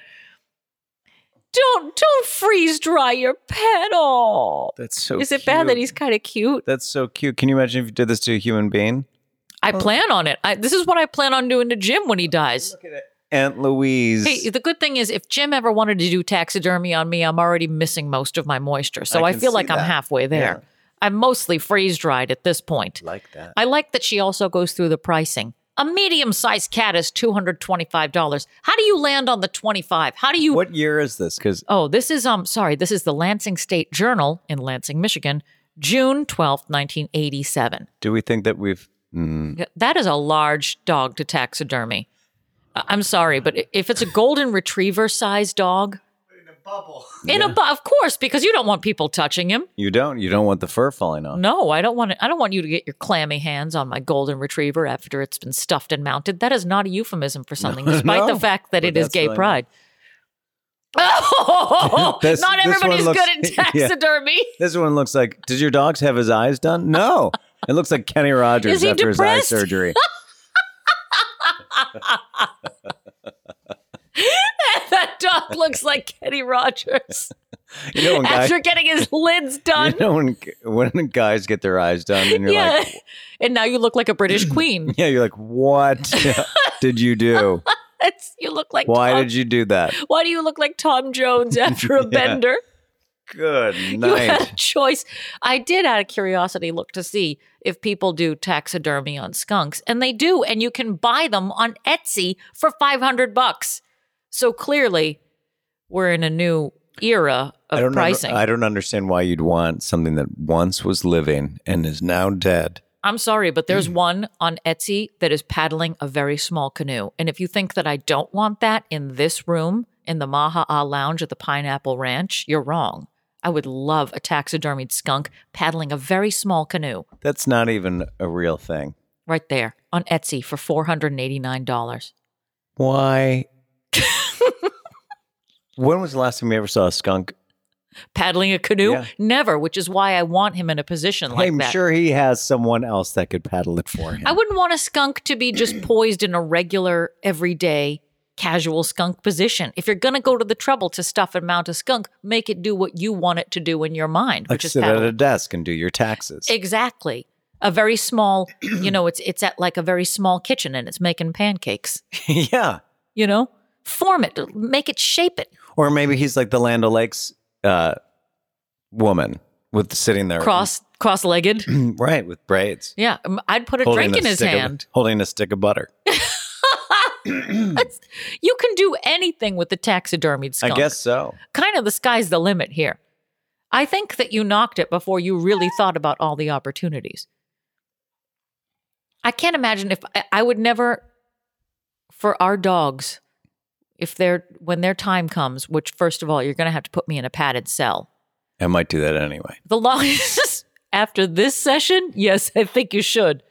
Speaker 5: Don't don't freeze dry your pet. Oh.
Speaker 6: That's so
Speaker 5: Is it bad that
Speaker 6: cute.
Speaker 5: he's kind of cute?
Speaker 6: That's so cute. Can you imagine if you did this to a human being? Oh.
Speaker 5: I plan on it. I, this is what I plan on doing to Jim when he dies.
Speaker 6: Aunt Louise.
Speaker 5: Hey, the good thing is if Jim ever wanted to do taxidermy on me, I'm already missing most of my moisture. So
Speaker 6: I
Speaker 5: I,
Speaker 6: can
Speaker 5: feel
Speaker 6: see
Speaker 5: like I'm
Speaker 6: that.
Speaker 5: halfway there. I'm mostly freeze dried at this point.
Speaker 6: like that.
Speaker 5: I like that she also goes through the pricing. A medium sized cat is $225. How do you land on the 25? How do you
Speaker 6: What year is this? Because
Speaker 5: Oh, this is um sorry, this is the Lansing State Journal in Lansing, Michigan, June 12th, 1987.
Speaker 6: do we think that we've
Speaker 5: That is a large dog to taxidermy. I- I'm sorry, but i- if it's a golden retriever sized dog, in a bubble, in a bu- of course, because you don't want people touching him.
Speaker 6: You don't. You don't want the fur falling off.
Speaker 5: No, I don't want to, I don't want you to get your clammy hands on my golden retriever after it's been stuffed and mounted. That is not a euphemism for something, despite
Speaker 6: <laughs> no,
Speaker 5: the fact that
Speaker 6: but
Speaker 5: it is
Speaker 6: that's
Speaker 5: gay
Speaker 6: what I mean. <laughs>
Speaker 5: pride. Oh,
Speaker 6: This-
Speaker 5: not
Speaker 6: this one
Speaker 5: everybody's
Speaker 6: looks-
Speaker 5: good in
Speaker 6: <laughs> yeah.
Speaker 5: taxidermy. <laughs>
Speaker 6: This one looks like. Does your dogs have his eyes done? No. it looks like Kenny Rogers
Speaker 5: Is he
Speaker 6: after
Speaker 5: depressed?
Speaker 6: his eye
Speaker 5: <laughs>
Speaker 6: surgery.
Speaker 5: that dog looks like Kenny Rogers
Speaker 6: You know when guys.
Speaker 5: after getting his lids done.
Speaker 6: You know when when guys get their eyes done, and you're
Speaker 5: yeah,
Speaker 6: like,
Speaker 5: <laughs> and now you look like
Speaker 6: <clears throat>
Speaker 5: a British queen.
Speaker 6: yeah, you're like,
Speaker 5: <laughs>
Speaker 6: what did you do?
Speaker 5: Oh It's, you look like
Speaker 6: Why
Speaker 5: Tom-
Speaker 6: did you do that?
Speaker 5: <laughs> Why do you look like
Speaker 6: <laughs>
Speaker 5: Tom Jones after a
Speaker 6: Yeah.
Speaker 5: bender? <laughs>
Speaker 6: Good
Speaker 5: You had a
Speaker 6: night.
Speaker 5: choice. I did, out of curiosity, look to see if people do taxidermy on skunks, and they do, and you can buy them on Etsy for five hundred bucks. So clearly, we're in a new era of
Speaker 6: I don't. under-
Speaker 5: pricing.
Speaker 6: I don't understand why you'd want something that once was living and is now dead.
Speaker 5: I'm sorry, but
Speaker 6: Mm.
Speaker 5: there's one on Etsy that is paddling a very small canoe. And if you think that I don't want that in this room, in the Maha'a Lounge at the Pineapple Ranch, you're wrong. I would love a taxidermied skunk paddling a very small canoe
Speaker 6: That's not even a real thing.
Speaker 5: right there on Etsy for $489.
Speaker 6: Why? <laughs> when was the last time you ever saw a skunk?
Speaker 5: Paddling a canoe?
Speaker 6: Yeah.
Speaker 5: Never, which is why I want him in a position like
Speaker 6: I'm
Speaker 5: that.
Speaker 6: sure he has someone else that could paddle it for him.
Speaker 5: I wouldn't want a skunk to
Speaker 6: <clears throat>
Speaker 5: be just poised in a regular, everyday, casual skunk position. If you're going to go to the trouble to stuff and mount a skunk, make it do what you want it to do in your mind,
Speaker 6: like
Speaker 5: which is
Speaker 6: sit at
Speaker 5: paddle.
Speaker 6: a desk and do your taxes.
Speaker 5: exactly a
Speaker 6: <clears throat>
Speaker 5: very small. You know, it's it's at like a very small kitchen and it's making pancakes.
Speaker 6: <laughs> yeah.
Speaker 5: You know, form it, make it, shape it.
Speaker 6: Or maybe he's like the Land O'Lakes uh, woman with sitting there
Speaker 5: Cross cross-legged.
Speaker 6: <clears throat> right with braids,
Speaker 5: yeah, um, I'd put a drink in his
Speaker 6: stick of-
Speaker 5: hand.
Speaker 6: holding a stick of butter.
Speaker 5: <laughs>
Speaker 6: <clears throat>
Speaker 5: you can do anything with the taxidermied skunk.
Speaker 6: I guess so.
Speaker 5: kind of the sky's the limit here. I think that you knocked it before you really thought about all the opportunities. I can't imagine if I, I would never, for our dogs, if they're when their time comes, which first of all, you're going to have to put me in a padded cell.
Speaker 6: I might do that anyway.
Speaker 5: The <laughs> longest after this session, yes, I think you should.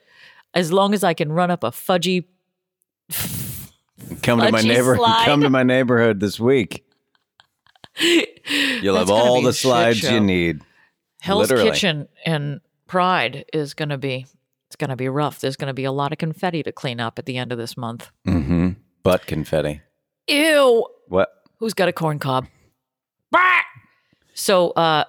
Speaker 5: As long as I can run up a fudgy,
Speaker 6: Come to my
Speaker 5: Fudgy
Speaker 6: neighbor. <laughs>
Speaker 5: slide.
Speaker 6: Come to my neighborhood this week. You'll
Speaker 5: That's
Speaker 6: have
Speaker 5: gonna
Speaker 6: all
Speaker 5: be a
Speaker 6: the
Speaker 5: shit
Speaker 6: slides
Speaker 5: show.
Speaker 6: you need.
Speaker 5: Hell's
Speaker 6: Literally.
Speaker 5: Kitchen and Pride is going to be it's going to be rough. There's going to be a lot of confetti to clean up at the end of this month.
Speaker 6: Mm-hmm. Butt confetti.
Speaker 5: Ew.
Speaker 6: What?
Speaker 5: Who's got a corn cob? Bah! So uh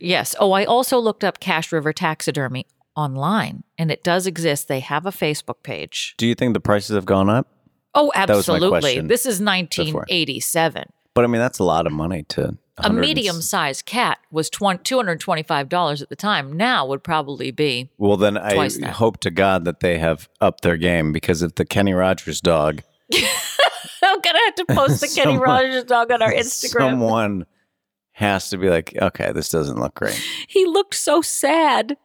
Speaker 5: yes. Oh, I also looked up Cash River Taxidermy online and it does exist. They have a Facebook page.
Speaker 6: Do you think the prices have gone up?
Speaker 5: Oh,
Speaker 6: was my
Speaker 5: absolutely.
Speaker 6: question
Speaker 5: This is 1987.
Speaker 6: But I mean, that's a lot of money to
Speaker 5: a
Speaker 6: 100 and s-
Speaker 5: medium sized cat was twen- $225 at the time. Now would probably be <laughs>
Speaker 6: Well, then I
Speaker 5: Twice that.
Speaker 6: hope to God that they have upped their game because if the Kenny Rogers dog,
Speaker 5: I'm gonna have to
Speaker 6: <laughs>
Speaker 5: post <laughs> the Kenny
Speaker 6: Someone-
Speaker 5: Rogers dog on our Instagram.
Speaker 6: someone has to be like, okay, this doesn't look great,
Speaker 5: He looked so sad.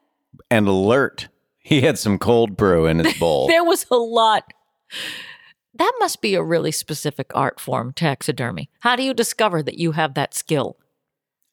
Speaker 6: and alert. He had some cold brew in
Speaker 5: <laughs>
Speaker 6: his bowl.
Speaker 5: There was a lot. That must be a really specific art form, taxidermy. How do you discover that you have that skill?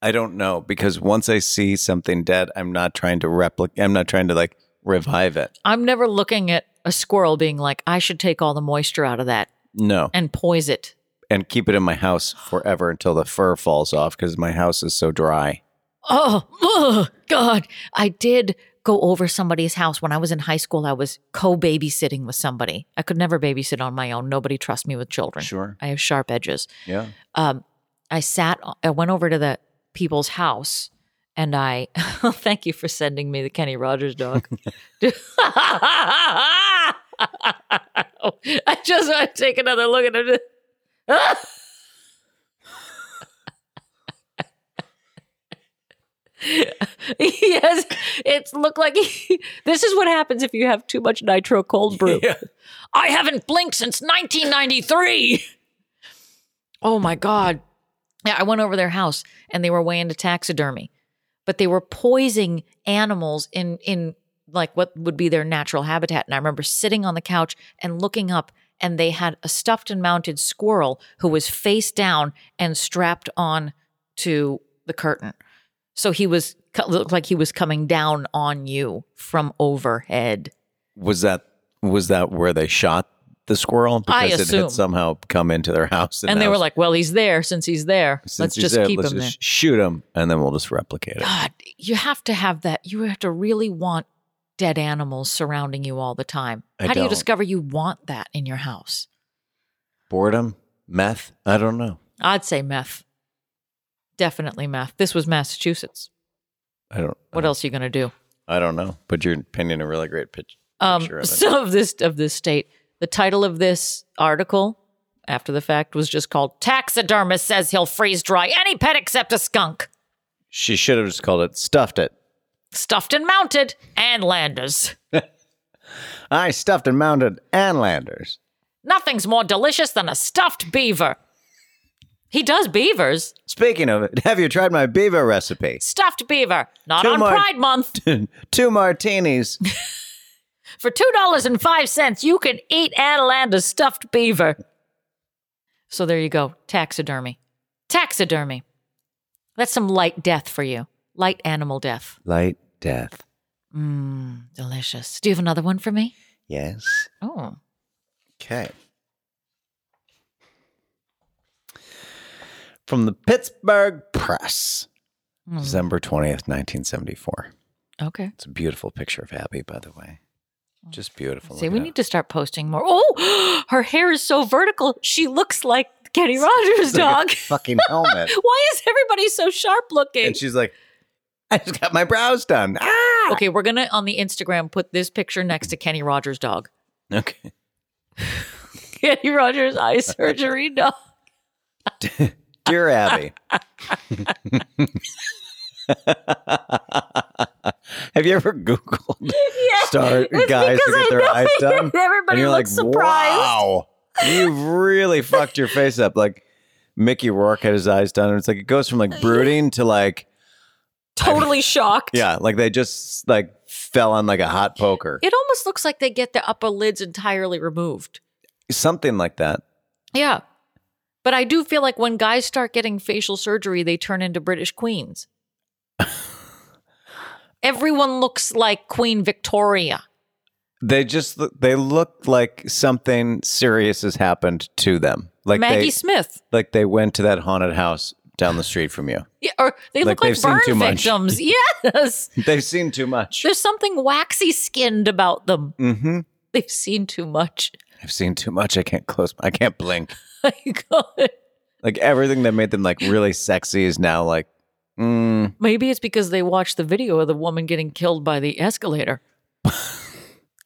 Speaker 6: I don't know because once I see something dead, I'm not trying to replicate. I'm not trying to like revive it.
Speaker 5: I'm never looking at a squirrel being like, I should take all the moisture out of that
Speaker 6: No,
Speaker 5: and poise it.
Speaker 6: and keep it in my house forever until the fur falls off because my house is so dry.
Speaker 5: Oh, ugh, God. I did go over somebody's house when I was in high school. I was co babysitting with somebody. I could never babysit on my own. Nobody trusts me with children.
Speaker 6: Sure.
Speaker 5: I have sharp edges.
Speaker 6: Yeah.
Speaker 5: um, I sat, I went over to the people's house and I, <laughs> thank you for sending me the Kenny Rogers dog. <laughs> I just want to take another look at it. <laughs> yes, it's looked like this is what happens if you have too much nitro cold brew. I haven't blinked since 1993. Oh my God. Yeah, I went over their house and they were way into taxidermy, but they were poising animals in in like what would be their natural habitat. And I remember sitting on the couch and looking up, and they had a stuffed and mounted squirrel who was face down and strapped on to the curtain. So he was looked like he was coming down on you from overhead.
Speaker 6: Was that was that where they shot the squirrel because
Speaker 5: I
Speaker 6: it
Speaker 5: assume.
Speaker 6: had somehow come into their house?
Speaker 5: And they
Speaker 6: now
Speaker 5: were like, "Well, he's there since he's there.
Speaker 6: since
Speaker 5: let's
Speaker 6: he's
Speaker 5: just
Speaker 6: there,
Speaker 5: keep
Speaker 6: let's
Speaker 5: him
Speaker 6: just shoot him, and then we'll just replicate it.
Speaker 5: there." God, you have to have that. You have to really want dead animals surrounding you all the time.
Speaker 6: I
Speaker 5: How do you
Speaker 6: don't.
Speaker 5: discover you want that in your house?
Speaker 6: Boredom, meth. I don't know.
Speaker 5: I'd say meth. Definitely meth. This was Massachusetts.
Speaker 6: I don't.
Speaker 5: What else are you going to do?
Speaker 6: I don't know. But you're painting a really great pitch.
Speaker 5: Um,
Speaker 6: picture of it.
Speaker 5: so of this of this state, the title of this article, after the fact, was just called "Taxidermist Says He'll Freeze Dry Any Pet Except a Skunk."
Speaker 6: she should have just called it stuffed it.
Speaker 5: Stuffed and mounted, and Landers.
Speaker 6: I stuffed and mounted and landers.
Speaker 5: Nothing's more delicious than a stuffed beaver. He does beavers.
Speaker 6: Speaking of it, <laughs> have you tried my beaver recipe? <laughs>
Speaker 5: Stuffed beaver. Not
Speaker 6: Two
Speaker 5: on
Speaker 6: more-
Speaker 5: Pride Month.
Speaker 6: Two martinis.
Speaker 5: For $2.05, you can eat Atalanta's stuffed beaver. So there you go. Taxidermy. Taxidermy. That's some light death for you. Light animal death.
Speaker 6: Light death.
Speaker 5: Mmm, delicious. Do you have another one for me?
Speaker 6: Yes.
Speaker 5: Oh.
Speaker 6: Okay. From the Pittsburgh Press,
Speaker 5: Hmm.
Speaker 6: December 20th, 1974.
Speaker 5: Okay.
Speaker 6: It's a beautiful picture of Abby, by the way. Just beautiful.
Speaker 5: See,
Speaker 6: Oh, Look
Speaker 5: Oh. we
Speaker 6: at
Speaker 5: need to start posting more. Oh, <gasps> her hair is so vertical. She looks like Kenny Rogers'
Speaker 6: it. <laughs> Look at
Speaker 5: dog. <laughs>
Speaker 6: the fucking helmet.
Speaker 5: Why is everybody so sharp looking?
Speaker 6: and she's like, I just got my brows done. Ah!
Speaker 5: okay, we're going to on the Instagram put this picture next to Kenny Rogers' dog.
Speaker 6: Okay.
Speaker 5: Kenny
Speaker 6: <laughs>
Speaker 5: Rogers' eye surgery dog.
Speaker 6: Dear Abby. Have you ever Googled star
Speaker 5: It's
Speaker 6: guys to get
Speaker 5: because I
Speaker 6: their
Speaker 5: know
Speaker 6: eyes done?
Speaker 5: Everybody
Speaker 6: and you're like,
Speaker 5: looks surprised.
Speaker 6: wow, you've really fucked your face up. Like Mickey Rourke had his eyes done, and it's like it goes from like brooding to like,
Speaker 5: Totally shocked.
Speaker 6: yeah, like they just like fell on like a hot poker,
Speaker 5: It almost looks like they get their upper lids entirely removed.
Speaker 6: something like that.
Speaker 5: Yeah. But I do feel like when guys start getting facial surgery, they turn into British
Speaker 6: <laughs>
Speaker 5: queens. Everyone looks like Queen Victoria.
Speaker 6: They just look- they look like something serious has happened to them. Like
Speaker 5: Maggie
Speaker 6: they
Speaker 5: Smith.
Speaker 6: like they went to that haunted house down the street from you.
Speaker 5: Yeah, or they
Speaker 6: Like
Speaker 5: look like
Speaker 6: they've seen
Speaker 5: burn
Speaker 6: too much. <laughs>
Speaker 5: victims. yes.
Speaker 6: They've seen too much.
Speaker 5: There's something waxy skinned about them.
Speaker 6: Mm-hmm.
Speaker 5: They've seen too much. <laughs>
Speaker 6: I've seen too much. I can't close. I can't blink.
Speaker 5: My God.
Speaker 6: Like everything that made them like really sexy is now like, mm,
Speaker 5: Maybe it's because they watched the video of the woman getting killed by the escalator.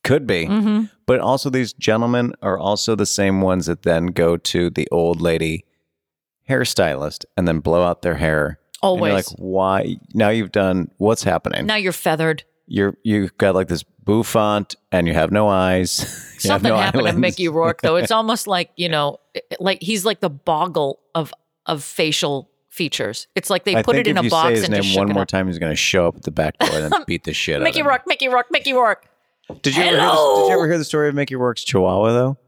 Speaker 6: Could be.
Speaker 5: Mm-hmm.
Speaker 6: But also, these gentlemen are also the same ones that then go to the old lady hairstylist and then blow out their hair. And you're
Speaker 5: Always.
Speaker 6: like, why? Now you've done what's happening.
Speaker 5: Now you're feathered.
Speaker 6: You're you've got like this bouffant and you have no eyes. <laughs> You have
Speaker 5: Something
Speaker 6: no
Speaker 5: happened to
Speaker 6: eyelids.
Speaker 5: Mickey Rourke,
Speaker 6: <laughs>
Speaker 5: though. It's almost like you know, like he's like the boggle of of facial features. It's like they
Speaker 6: I
Speaker 5: put
Speaker 6: think
Speaker 5: it in
Speaker 6: if
Speaker 5: a
Speaker 6: you
Speaker 5: box
Speaker 6: say his
Speaker 5: and
Speaker 6: name
Speaker 5: just
Speaker 6: one
Speaker 5: shook
Speaker 6: more
Speaker 5: it up.
Speaker 6: time, he's going to show up at the back door
Speaker 5: <laughs>
Speaker 6: and then beat the shit out
Speaker 5: Mickey
Speaker 6: of him.
Speaker 5: Rourke, Mickey Rourke, Mickey Rourke.
Speaker 6: Did you, ever hear the, did you ever hear the story of Mickey Rourke's Chihuahua though?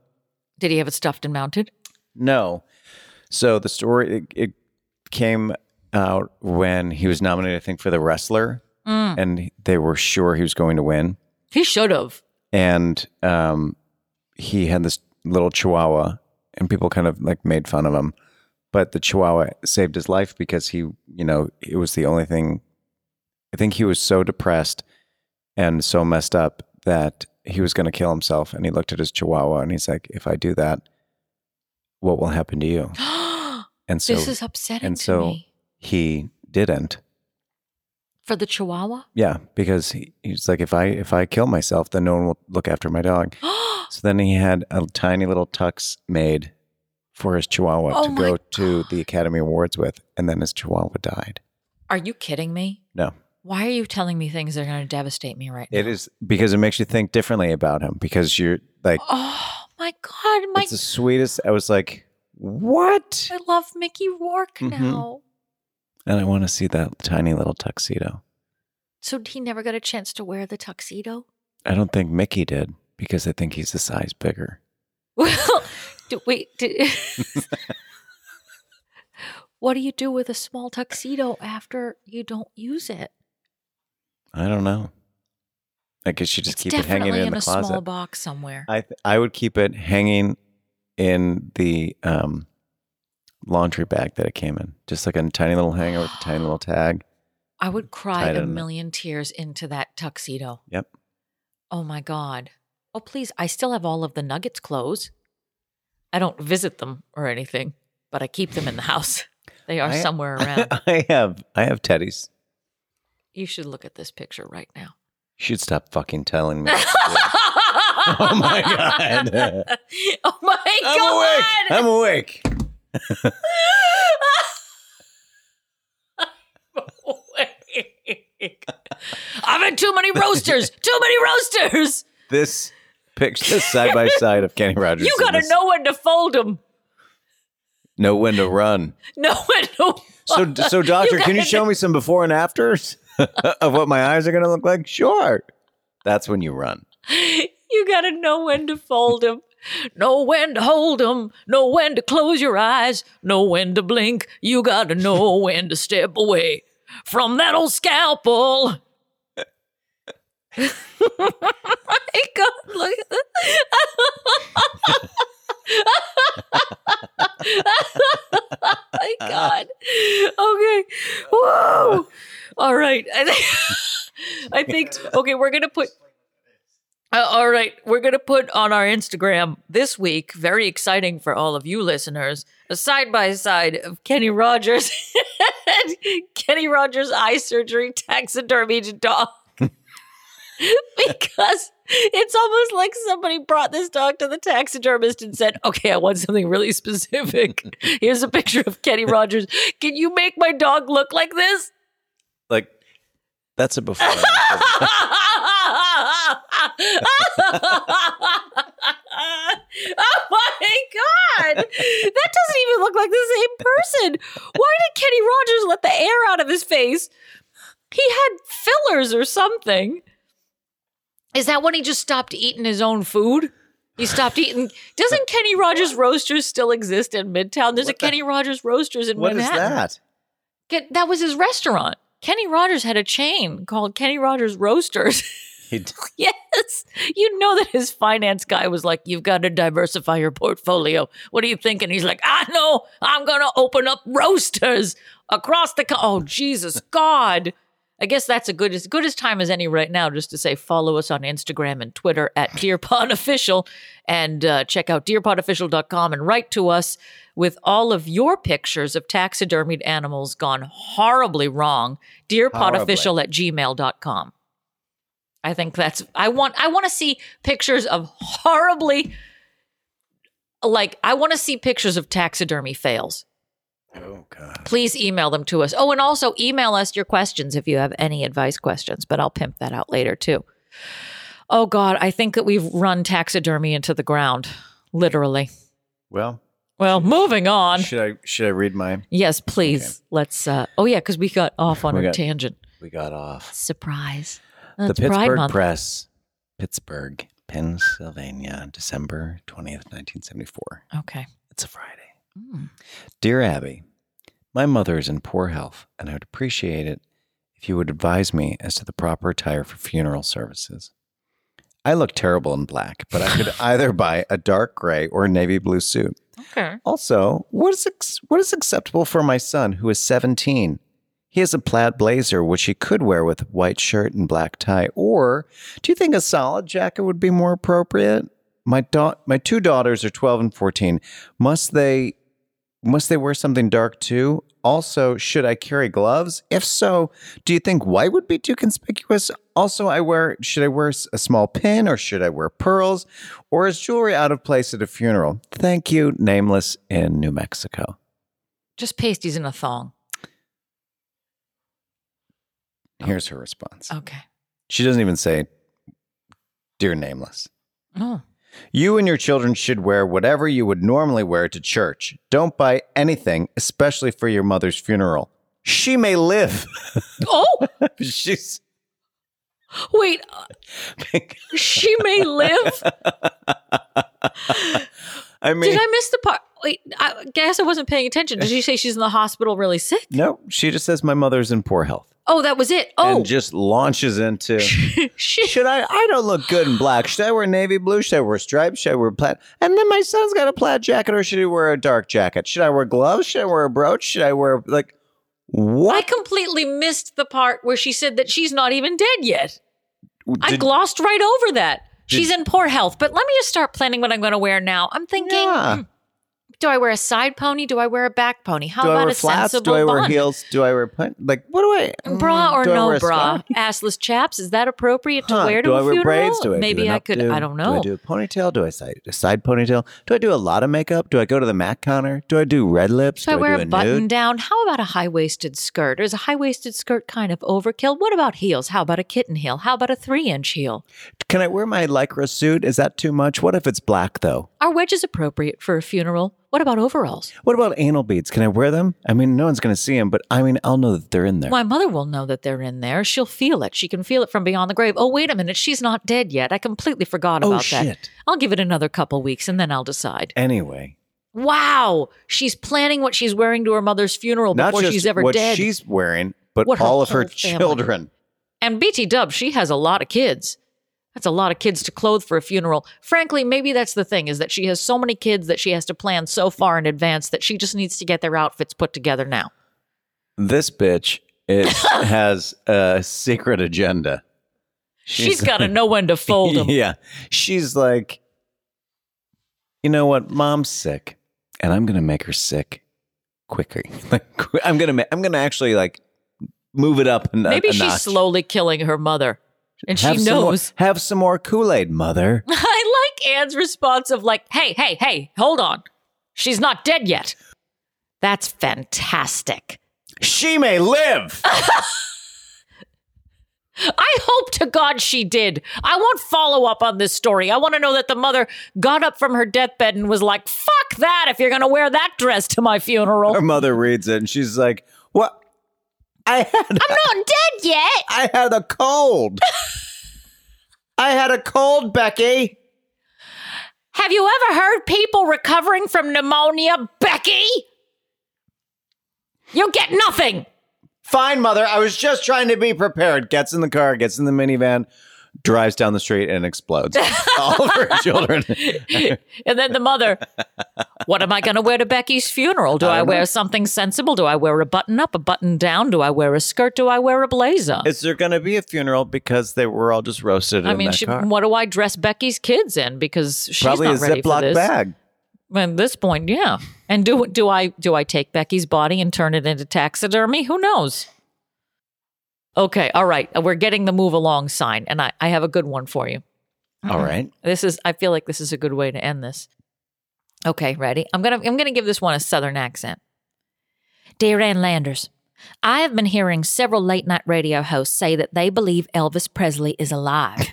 Speaker 5: Did he have it stuffed and mounted?
Speaker 6: No. So the story it, it came out when he was nominated, I think, for the wrestler,
Speaker 5: Mm.
Speaker 6: and they were sure he was going to win.
Speaker 5: He should have.
Speaker 6: And um, he had this little Chihuahua, and people kind of like made fun of him. But the Chihuahua saved his life because he, you know, it was the only thing. I think he was so depressed and so messed up that he was going to kill himself. And he looked at his Chihuahua and he's like, "If I do that, what will happen to
Speaker 5: <gasps>
Speaker 6: you?" And so
Speaker 5: this is upsetting
Speaker 6: and
Speaker 5: to
Speaker 6: so-
Speaker 5: me.
Speaker 6: he didn't.
Speaker 5: For the Chihuahua,
Speaker 6: Yeah, because he, he's like, if I if I kill myself, then no one will look after my
Speaker 5: <gasps>
Speaker 6: dog. so then he had a tiny little tux made for his Chihuahua
Speaker 5: Oh
Speaker 6: to
Speaker 5: my
Speaker 6: go to the Academy Awards with, and then his Chihuahua died.
Speaker 5: are you kidding me?
Speaker 6: No,
Speaker 5: Why are you telling me things that are going to devastate me right now?
Speaker 6: it is because it makes you think differently about him. Because you're like,
Speaker 5: Oh my God, my
Speaker 6: it's the sweetest. I was like, what?
Speaker 5: I love Mickey Rourke
Speaker 6: Mhm.
Speaker 5: now.
Speaker 6: And I want to see that tiny little tuxedo.
Speaker 5: So he never got a chance to wear the tuxedo?
Speaker 6: I don't think Mickey did because I think he's a size bigger.
Speaker 5: <laughs> Well, do, wait. Do, <laughs> what do you do with a small tuxedo after you don't use it?
Speaker 6: I don't know. I guess you just
Speaker 5: it's
Speaker 6: keep it
Speaker 5: definitely
Speaker 6: hanging in, the
Speaker 5: a
Speaker 6: closet.
Speaker 5: small box somewhere.
Speaker 6: I th- I would keep it hanging in the um, laundry bag that it came in, just like a tiny little hanger with a tiny little tag.
Speaker 5: I would cry
Speaker 6: Tied
Speaker 5: a
Speaker 6: in a-
Speaker 5: million tears into that tuxedo.
Speaker 6: Yep. <laughs>
Speaker 5: Oh my God. Oh, please. I still have all of the Nuggets clothes. I don't visit them or anything, but I keep them in the house. <laughs> They are
Speaker 6: I- <laughs>
Speaker 5: somewhere around.
Speaker 6: I have I have teddies.
Speaker 5: you should look at this picture right
Speaker 6: <laughs>
Speaker 5: now. <laughs>
Speaker 6: You should stop fucking telling me. oh my god!
Speaker 5: oh my
Speaker 6: <laughs> I'm awake.
Speaker 5: God.
Speaker 6: I'm awake.
Speaker 5: awake. <laughs> I've had too many roasters. Too many roasters.
Speaker 6: This picture side by side of Kenny Rogers.
Speaker 5: You
Speaker 6: and
Speaker 5: gotta
Speaker 6: this-
Speaker 5: know when to fold them.
Speaker 6: No when to run.
Speaker 5: Know when to. <laughs>
Speaker 6: So so doctor, can you
Speaker 5: gotta
Speaker 6: show me some before and afters <laughs> of what my eyes are gonna look like? Sure. That's when you run.
Speaker 5: You gotta know when to fold 'em, know when to hold 'em, know when to close your eyes, know when to blink. You gotta know <laughs> when to step away from that old <laughs> scalpel. My God, look at this. <laughs> My God. Okay. Whoa. All right. <laughs> I think, I think okay, we're going to put uh, all right, we're going to put on our Instagram this week, very exciting for all of you listeners, a side by side of Kenny Rogers <laughs> and Kenny Rogers eye surgery taxidermied dog. <laughs> because it's almost like somebody brought this dog to the taxidermist and said, Okay, I want something really specific. Here's a picture of Kenny Rogers. Can you make my dog look like this?
Speaker 6: Like that's a before and after.
Speaker 5: oh my god! That doesn't even look like the same person. Why did Kenny Rogers let the air out of his face? He had fillers or something. Is that when he just stopped eating his own food? He stopped eating. Doesn't Kenny Rogers Roasters still exist in Midtown? There's a
Speaker 6: What the-
Speaker 5: Kenny Rogers Roasters in
Speaker 6: What is
Speaker 5: Manhattan.
Speaker 6: that?
Speaker 5: Get, that was his restaurant. Kenny Rogers had a chain called Kenny Rogers Roasters.
Speaker 6: He d-
Speaker 5: <laughs> yes. You know that his finance guy was like, You've got to diversify your portfolio. What do you think? And he's like, I know. I'm going to open up roasters across the. Co- oh, Jesus God. I guess that's a good as good as time as any right now, just to say follow us on Instagram and Twitter at DearPod Official and uh, check out DearPodOfficial.com and write to us with all of your pictures of taxidermied animals gone horribly wrong. DearPodOfficial at gmail.com. I think that's I want I want to see pictures of horribly like I want to see pictures of taxidermy fails
Speaker 6: Oh god.
Speaker 5: please email them to us. Oh, and also email us your questions if you have any advice questions, but I'll pimp that out later too. Oh, God, I think that we've run taxidermy into the ground, literally.
Speaker 6: Well,
Speaker 5: Well, moving on.
Speaker 6: should I should I read my
Speaker 5: Yes, please. Let's. Uh, oh, yeah, because we got off on
Speaker 6: We
Speaker 5: a
Speaker 6: got-
Speaker 5: tangent.
Speaker 6: we got off.
Speaker 5: Surprise.
Speaker 6: the
Speaker 5: That's Pride
Speaker 6: Pittsburgh
Speaker 5: Month.
Speaker 6: Press, Pittsburgh, Pennsylvania, December 20th, 1974.
Speaker 5: okay.
Speaker 6: It's a Friday.
Speaker 5: Mm.
Speaker 6: Dear Abby, my mother is in poor health, and I would appreciate it if you would advise me as to the proper attire for funeral services. I look terrible in black, but I
Speaker 5: <laughs>
Speaker 6: could either buy a dark gray or a navy blue suit.
Speaker 5: Okay.
Speaker 6: Also, what is ex- what is acceptable for my son who is 17? He has a plaid blazer which he could wear with white shirt and black tie or do you think a solid jacket would be more appropriate? My da- my two daughters are 12 and 14. Must they must they wear something dark too? Also, should I carry gloves? If so, do you think white would be too conspicuous? Also, I wear should I wear s- a small pin or should I wear pearls? Or is jewelry out of place at a funeral? Thank you, nameless in New Mexico.
Speaker 5: Just pasties in a thong.
Speaker 6: Here's her response.
Speaker 5: Okay.
Speaker 6: She doesn't even say, Dear Nameless.
Speaker 5: Oh.
Speaker 6: You and your children should wear whatever you would normally wear to church. Don't buy anything, especially for your mother's funeral. She may live.
Speaker 5: Oh,
Speaker 6: <laughs> She's <laughs>
Speaker 5: Wait, uh, she may
Speaker 6: <laughs>
Speaker 5: live?
Speaker 6: I mean,
Speaker 5: Did I miss the part? Wait, I guess I wasn't paying attention. Did she say she's in the hospital really sick?
Speaker 6: no, she just says my mother's in poor health
Speaker 5: Oh, that was it. Oh,
Speaker 6: and
Speaker 5: <laughs>
Speaker 6: just launches into.
Speaker 5: shit.
Speaker 6: Should I? I don't look good in black. Should I wear navy blue? Should I wear stripes? Should I wear plaid? And then my son's got a plaid jacket, or should he wear a dark jacket? Should I wear gloves? Should I wear a brooch? Should I wear like
Speaker 5: I
Speaker 6: what?
Speaker 5: completely missed the part where she said that she's not even dead yet. I
Speaker 6: Did-
Speaker 5: glossed right over that. she's in poor health, but let me just start planning what I'm going to wear now. I'm thinking,
Speaker 6: Yeah.
Speaker 5: hmm, do I wear a side pony? Do I wear a back pony? How
Speaker 6: do
Speaker 5: about
Speaker 6: I wear
Speaker 5: a
Speaker 6: flats?
Speaker 5: sensible
Speaker 6: Do I wear
Speaker 5: bun?
Speaker 6: heels? Do I wear pun- like what do I?
Speaker 5: Bra
Speaker 6: Mm,
Speaker 5: or
Speaker 6: do I wear
Speaker 5: no
Speaker 6: a
Speaker 5: bra?
Speaker 6: scarf?
Speaker 5: Assless chaps, is that appropriate to
Speaker 6: Huh,
Speaker 5: wear to
Speaker 6: do
Speaker 5: a
Speaker 6: I wear
Speaker 5: funeral?
Speaker 6: braids? Do I
Speaker 5: Maybe
Speaker 6: do an
Speaker 5: I could.
Speaker 6: updo?
Speaker 5: I don't know.
Speaker 6: Do I do a ponytail? Do I side, a side ponytail? Do I do a lot of makeup? Do I go to the Mac counter? Do I do red lips?
Speaker 5: So I
Speaker 6: do
Speaker 5: wear
Speaker 6: do
Speaker 5: a button
Speaker 6: nude?
Speaker 5: down. How about a high waisted skirt? Or is a high waisted skirt kind of overkill? What about heels? How about a kitten heel? How about a three inch heel?
Speaker 6: Can I wear my lycra suit? Is that too much? What if it's black though?
Speaker 5: Are wedges appropriate for a funeral? What about overalls?
Speaker 6: What about anal beads? Can I wear them? I mean, no one's going to see them, but I mean, I'll know that they're in there.
Speaker 5: My mother will know that they're in there. She'll feel it. She can feel it from beyond the grave. Oh, wait a minute. She's not dead yet. I completely forgot
Speaker 6: Oh,
Speaker 5: about that.
Speaker 6: shit.
Speaker 5: I'll give it another couple weeks and then I'll decide.
Speaker 6: Anyway,
Speaker 5: Wow. She's planning what she's wearing to her mother's funeral
Speaker 6: not
Speaker 5: before
Speaker 6: just
Speaker 5: she's ever
Speaker 6: what
Speaker 5: dead.
Speaker 6: she's wearing, but
Speaker 5: What her
Speaker 6: all of her
Speaker 5: whole family.
Speaker 6: children.
Speaker 5: And BT Dub, she has a lot of kids. That's a lot of kids to clothe for a funeral. Frankly, maybe that's the thing is that she has so many kids that she has to plan so far in advance that she just needs to get their outfits put together now.
Speaker 6: This bitch
Speaker 5: <laughs>
Speaker 6: is, has a secret agenda.
Speaker 5: She's got
Speaker 6: <laughs>
Speaker 5: to know when to fold them.
Speaker 6: Yeah. She's like, you know what? Mom's sick, and I'm gonna make her sick quicker. <laughs> Like, qu- I'm gonna, ma- I'm gonna actually like move it up. And
Speaker 5: Maybe
Speaker 6: a
Speaker 5: she's
Speaker 6: notch.
Speaker 5: slowly killing her mother, and
Speaker 6: Have
Speaker 5: she
Speaker 6: some more-
Speaker 5: knows. <laughs>
Speaker 6: have some more Kool Aid, mother.
Speaker 5: I like Anne's response of like, "Hey, hey, hey, hold on, she's not dead yet." That's fantastic.
Speaker 6: she may live.
Speaker 5: I hope to God she did. I want follow up on this story. I want to know that the mother got up from her deathbed and was like, fuck that if you're going to wear that dress to my funeral.
Speaker 6: <laughs> Her mother reads it and she's like, "What? I had
Speaker 5: I'm not dead yet.
Speaker 6: I had a
Speaker 5: <laughs>
Speaker 6: cold. I had a cold, Becky.
Speaker 5: Have you ever heard people recovering from pneumonia, Becky? You get nothing.
Speaker 6: Fine, mother. I was just trying to be prepared." Gets in the car, gets in the minivan, drives down the street and
Speaker 5: <laughs>
Speaker 6: explodes. All of her children.
Speaker 5: and then the mother, what am I going to wear to Becky's funeral? Do I, wear something sensible? Do I wear a button up, a button down? Do I wear a skirt? Do I wear a blazer?
Speaker 6: Is there going to be a funeral because they were all just roasted
Speaker 5: I
Speaker 6: in
Speaker 5: mean,
Speaker 6: that
Speaker 5: she,
Speaker 6: car?
Speaker 5: what do I dress Becky's kids in? Because she's
Speaker 6: Probably a
Speaker 5: not ready for
Speaker 6: Ziploc
Speaker 5: this.
Speaker 6: bag.
Speaker 5: At this point, yeah. And do do I do I take Becky's body and turn it into taxidermy? Who knows? Okay, all right. We're getting the move along sign, and I, I have a good one for you.
Speaker 6: All right.
Speaker 5: This is I feel like this is a good way to end this. Okay, ready? I'm gonna I'm gonna give this one a southern accent. Dear Ann Landers, I have been hearing several late night radio hosts say that they believe Elvis Presley is alive.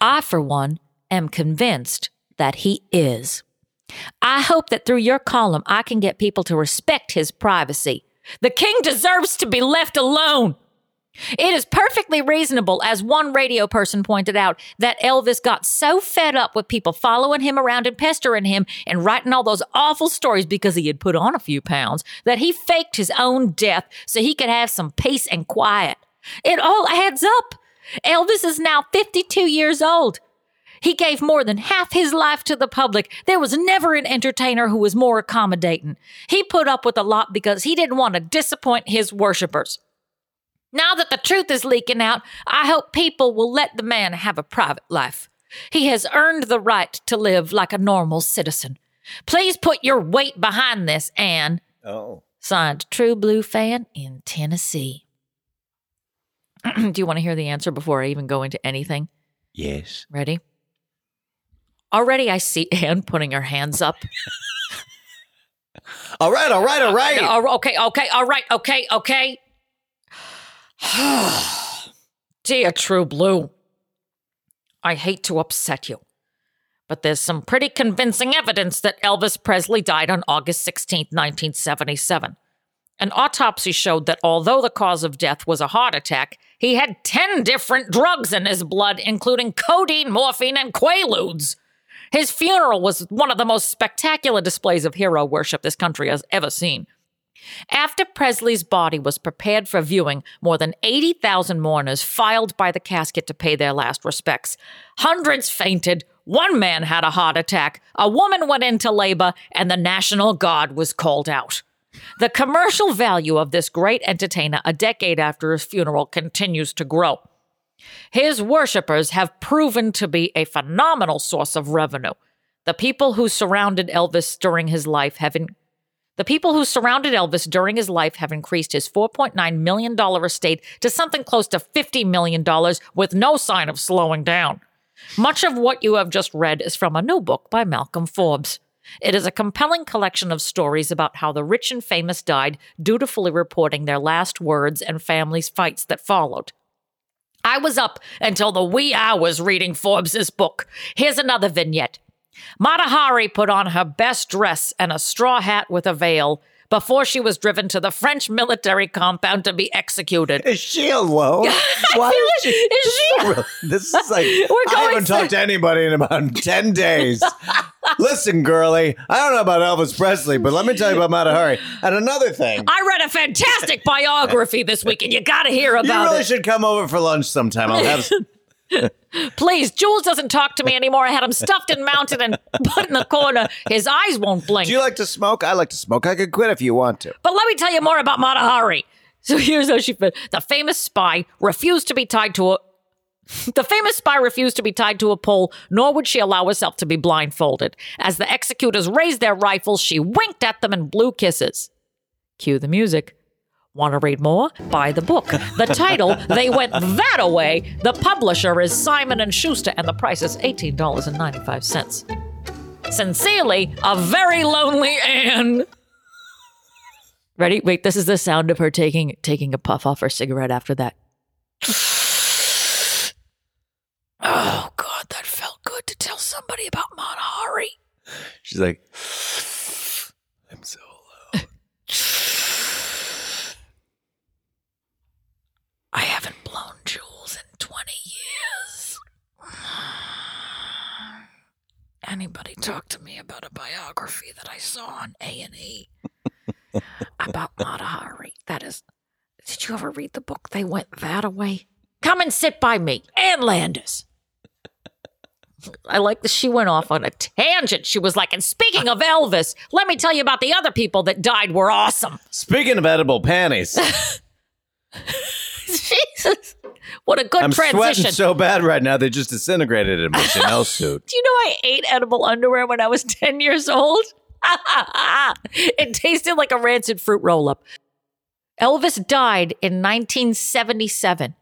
Speaker 5: I, for one, am convinced that he is. I hope that through your column I can get people to respect his privacy. The king deserves to be left alone. It is perfectly reasonable, as one radio person pointed out, that Elvis got so fed up with people following him around and pestering him and writing all those awful stories because he had put on a few pounds that he faked his own death so he could have some peace and quiet. It all adds up. Elvis is now 52 years old. He gave more than half his life to the public. There was never an entertainer who was more accommodating. He put up with a lot because he didn't want to disappoint his worshipers. Now that the truth is leaking out, I hope people will let the man have a private life. He has earned the right to live like a normal citizen. Please put your weight behind this, Anne.
Speaker 6: Oh.
Speaker 5: Signed, True Blue Fan in Tennessee. <clears throat> Do you want to hear the answer before I even go into anything?
Speaker 6: Yes.
Speaker 5: Ready? Already I see Anne putting her hands up.
Speaker 6: All right, all right, all right.
Speaker 5: Yeah, all- okay, okay, all right, okay, okay. <sighs> Dear True Blue, I hate to upset you, but there's some pretty convincing evidence that Elvis Presley died on August 16th, 1977. An autopsy showed that although the cause of death was a heart attack, He had 10 different drugs in his blood, including codeine, morphine, and quaaludes. His funeral was one of the most spectacular displays of hero worship this country has ever seen. After Presley's body was prepared for viewing, more than 80,000 mourners filed by the casket to pay their last respects. Hundreds fainted, one man had a heart attack, a woman went into labor, and the national guard was called out. The commercial value of this great entertainer a decade after his funeral continues to grow. His worshippers have proven to be a phenomenal source of revenue. The people who surrounded Elvis during his life have in- the people who surrounded Elvis during his life have increased his $4.9 million estate to something close to $50 million with no sign of slowing down. Much of what you have just read is from a new book by Malcolm Forbes. It is a compelling collection of stories about how the rich and famous died, dutifully reporting their last words and families' fights that followed. I was up until the wee hours reading Forbes's book. Here's another vignette. Mata Hari put on her best dress and a straw hat with a veil before she was driven to the French military compound to be executed.
Speaker 6: <laughs> Is she alone?
Speaker 5: <laughs>
Speaker 6: Why is she? <laughs>
Speaker 5: Is she?
Speaker 6: This is like
Speaker 5: <laughs> We're
Speaker 6: I
Speaker 5: going
Speaker 6: haven't talked to anybody in about ten
Speaker 5: <laughs>
Speaker 6: days. Listen, girly, I don't know about Elvis Presley, but let me tell you about Mata
Speaker 5: <laughs>
Speaker 6: Hari. And another thing,
Speaker 5: I read a fantastic biography this week, and you got to hear
Speaker 6: you
Speaker 5: about
Speaker 6: really
Speaker 5: it.
Speaker 6: should come over for lunch sometime. I'll have.
Speaker 5: <laughs>
Speaker 6: some-
Speaker 5: Please, Jules doesn't talk to me anymore. I had him stuffed and mounted and put in the corner. His eyes won't blink.
Speaker 6: Do you like to smoke? I like to smoke. I could quit if you want to.
Speaker 5: But let me tell you more about Mata Hari. So here's how she fit. The famous spy refused to be tied to a. <laughs> The famous spy refused to be tied to a pole, nor would she allow herself to be blindfolded. As the executors raised their rifles, she winked at them and blew kisses. Cue the music. Want to read more? Buy the book. The title, They Went That Away. The publisher is Simon and Schuster, and the price is $18.95. Sincerely, a very lonely Anne. Ready? Wait, this is the sound of her taking taking a puff off her cigarette after that. <sighs> Oh God, that felt good to tell somebody about Monahari.
Speaker 6: She's like, I'm so.
Speaker 5: I haven't blown jewels in 20 years. <sighs> Anybody talk to me about a biography that I saw on
Speaker 6: <laughs>
Speaker 5: A&E about Mata Hari? That is, did you ever read the book? They went that away. Come and sit by me, Ann Landers. I like that she went off on a tangent. She was like, and speaking of Elvis, let me tell you about the other people that died were awesome. <laughs>
Speaker 6: Speaking of edible panties,
Speaker 5: Jesus. What a good
Speaker 6: I'm
Speaker 5: transition.
Speaker 6: sweating so bad right now they just disintegrated in my
Speaker 5: <laughs>
Speaker 6: Chanel suit.
Speaker 5: Do you know I ate edible underwear when I was <laughs> 10 years old? it tasted like a rancid fruit roll up. Elvis died in 1977.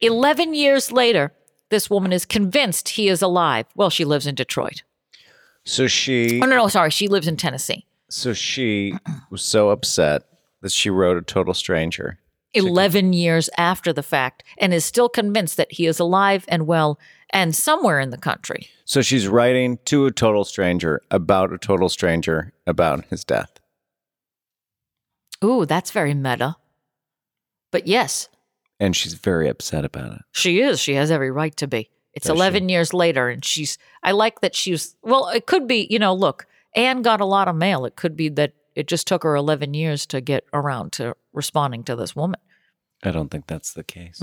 Speaker 5: 11 years later, this woman is convinced he is alive. Well, she lives in Detroit.
Speaker 6: So she.
Speaker 5: Oh, no, no, sorry. She lives in Tennessee.
Speaker 6: So she was so upset that she wrote a total stranger.
Speaker 5: 11 years after the fact, and is still convinced that he is alive and well and somewhere in the country.
Speaker 6: So she's writing to a total stranger about a total stranger about his death.
Speaker 5: Ooh, that's very meta. But yes,
Speaker 6: And she's very upset about it.
Speaker 5: She is. She has every right to be. It's
Speaker 6: Does she?
Speaker 5: 11 years later, and she's. I like that she's. Well, it could be, you know, look, Anne got a lot of mail. It could be that it just took her 11 years to get around to responding to this woman. <laughs>
Speaker 6: I don't think that's the case.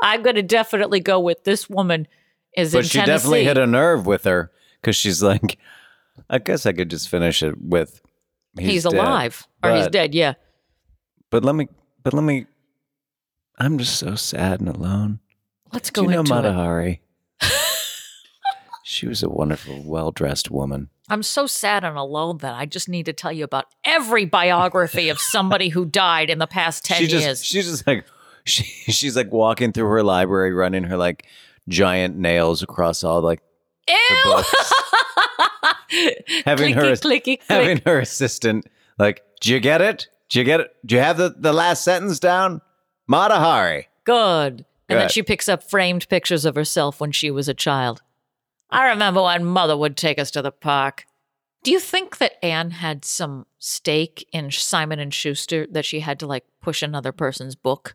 Speaker 5: I'm going to definitely go with this woman is
Speaker 6: but
Speaker 5: in
Speaker 6: she
Speaker 5: Tennessee.
Speaker 6: definitely hit a nerve with her because she's like, I guess I could just finish it with
Speaker 5: he's,
Speaker 6: dead."
Speaker 5: alive or he's
Speaker 6: But-
Speaker 5: dead. Yeah.
Speaker 6: But let me, but let me, I'm just so sad and alone.
Speaker 5: Let's
Speaker 6: Do
Speaker 5: go
Speaker 6: you know
Speaker 5: into it.
Speaker 6: Matahari? <laughs> she was a wonderful, well dressed woman.
Speaker 5: I'm so sad and alone that I just need to tell you about every biography of somebody who died in the past 10
Speaker 6: <laughs> she
Speaker 5: years.
Speaker 6: just she's just like <laughs> she, she's like walking through her library running her like giant nails across all like
Speaker 5: Ew!
Speaker 6: books. <laughs> Having her-
Speaker 5: <laughs> clicky, clicky, click.
Speaker 6: having her assistant like do you get it do you get it do you have the, the last sentence down matahari
Speaker 5: Good. And then
Speaker 6: Good.
Speaker 5: she picks up framed pictures of herself when she was a child. I remember when mother would take us to the park. Do you think that Anne had some stake in Simon and Schuster that she had to like push another person's book?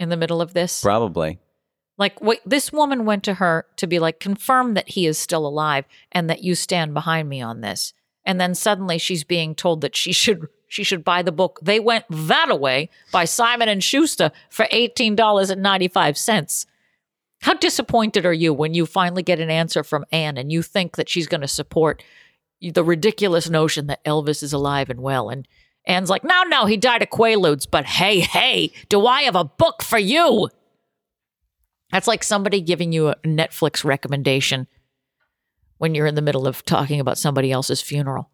Speaker 5: in the middle of this?
Speaker 6: Probably.
Speaker 5: Like, wait, this woman went to her to be like, confirm that he is still alive and that you stand behind me on this. And then suddenly she's being told that she should she should buy the book. They went that away by Simon and Schuster for eighteen dollars and ninety five cents. How disappointed are you when you finally get an answer from Anne and you think that she's going to support the ridiculous notion that Elvis is alive and well? And Anne's like, no, no, he died of Quaaludes, but hey, hey, do I have a book for you? That's like somebody giving you a Netflix recommendation when you're in the middle of talking about somebody else's funeral.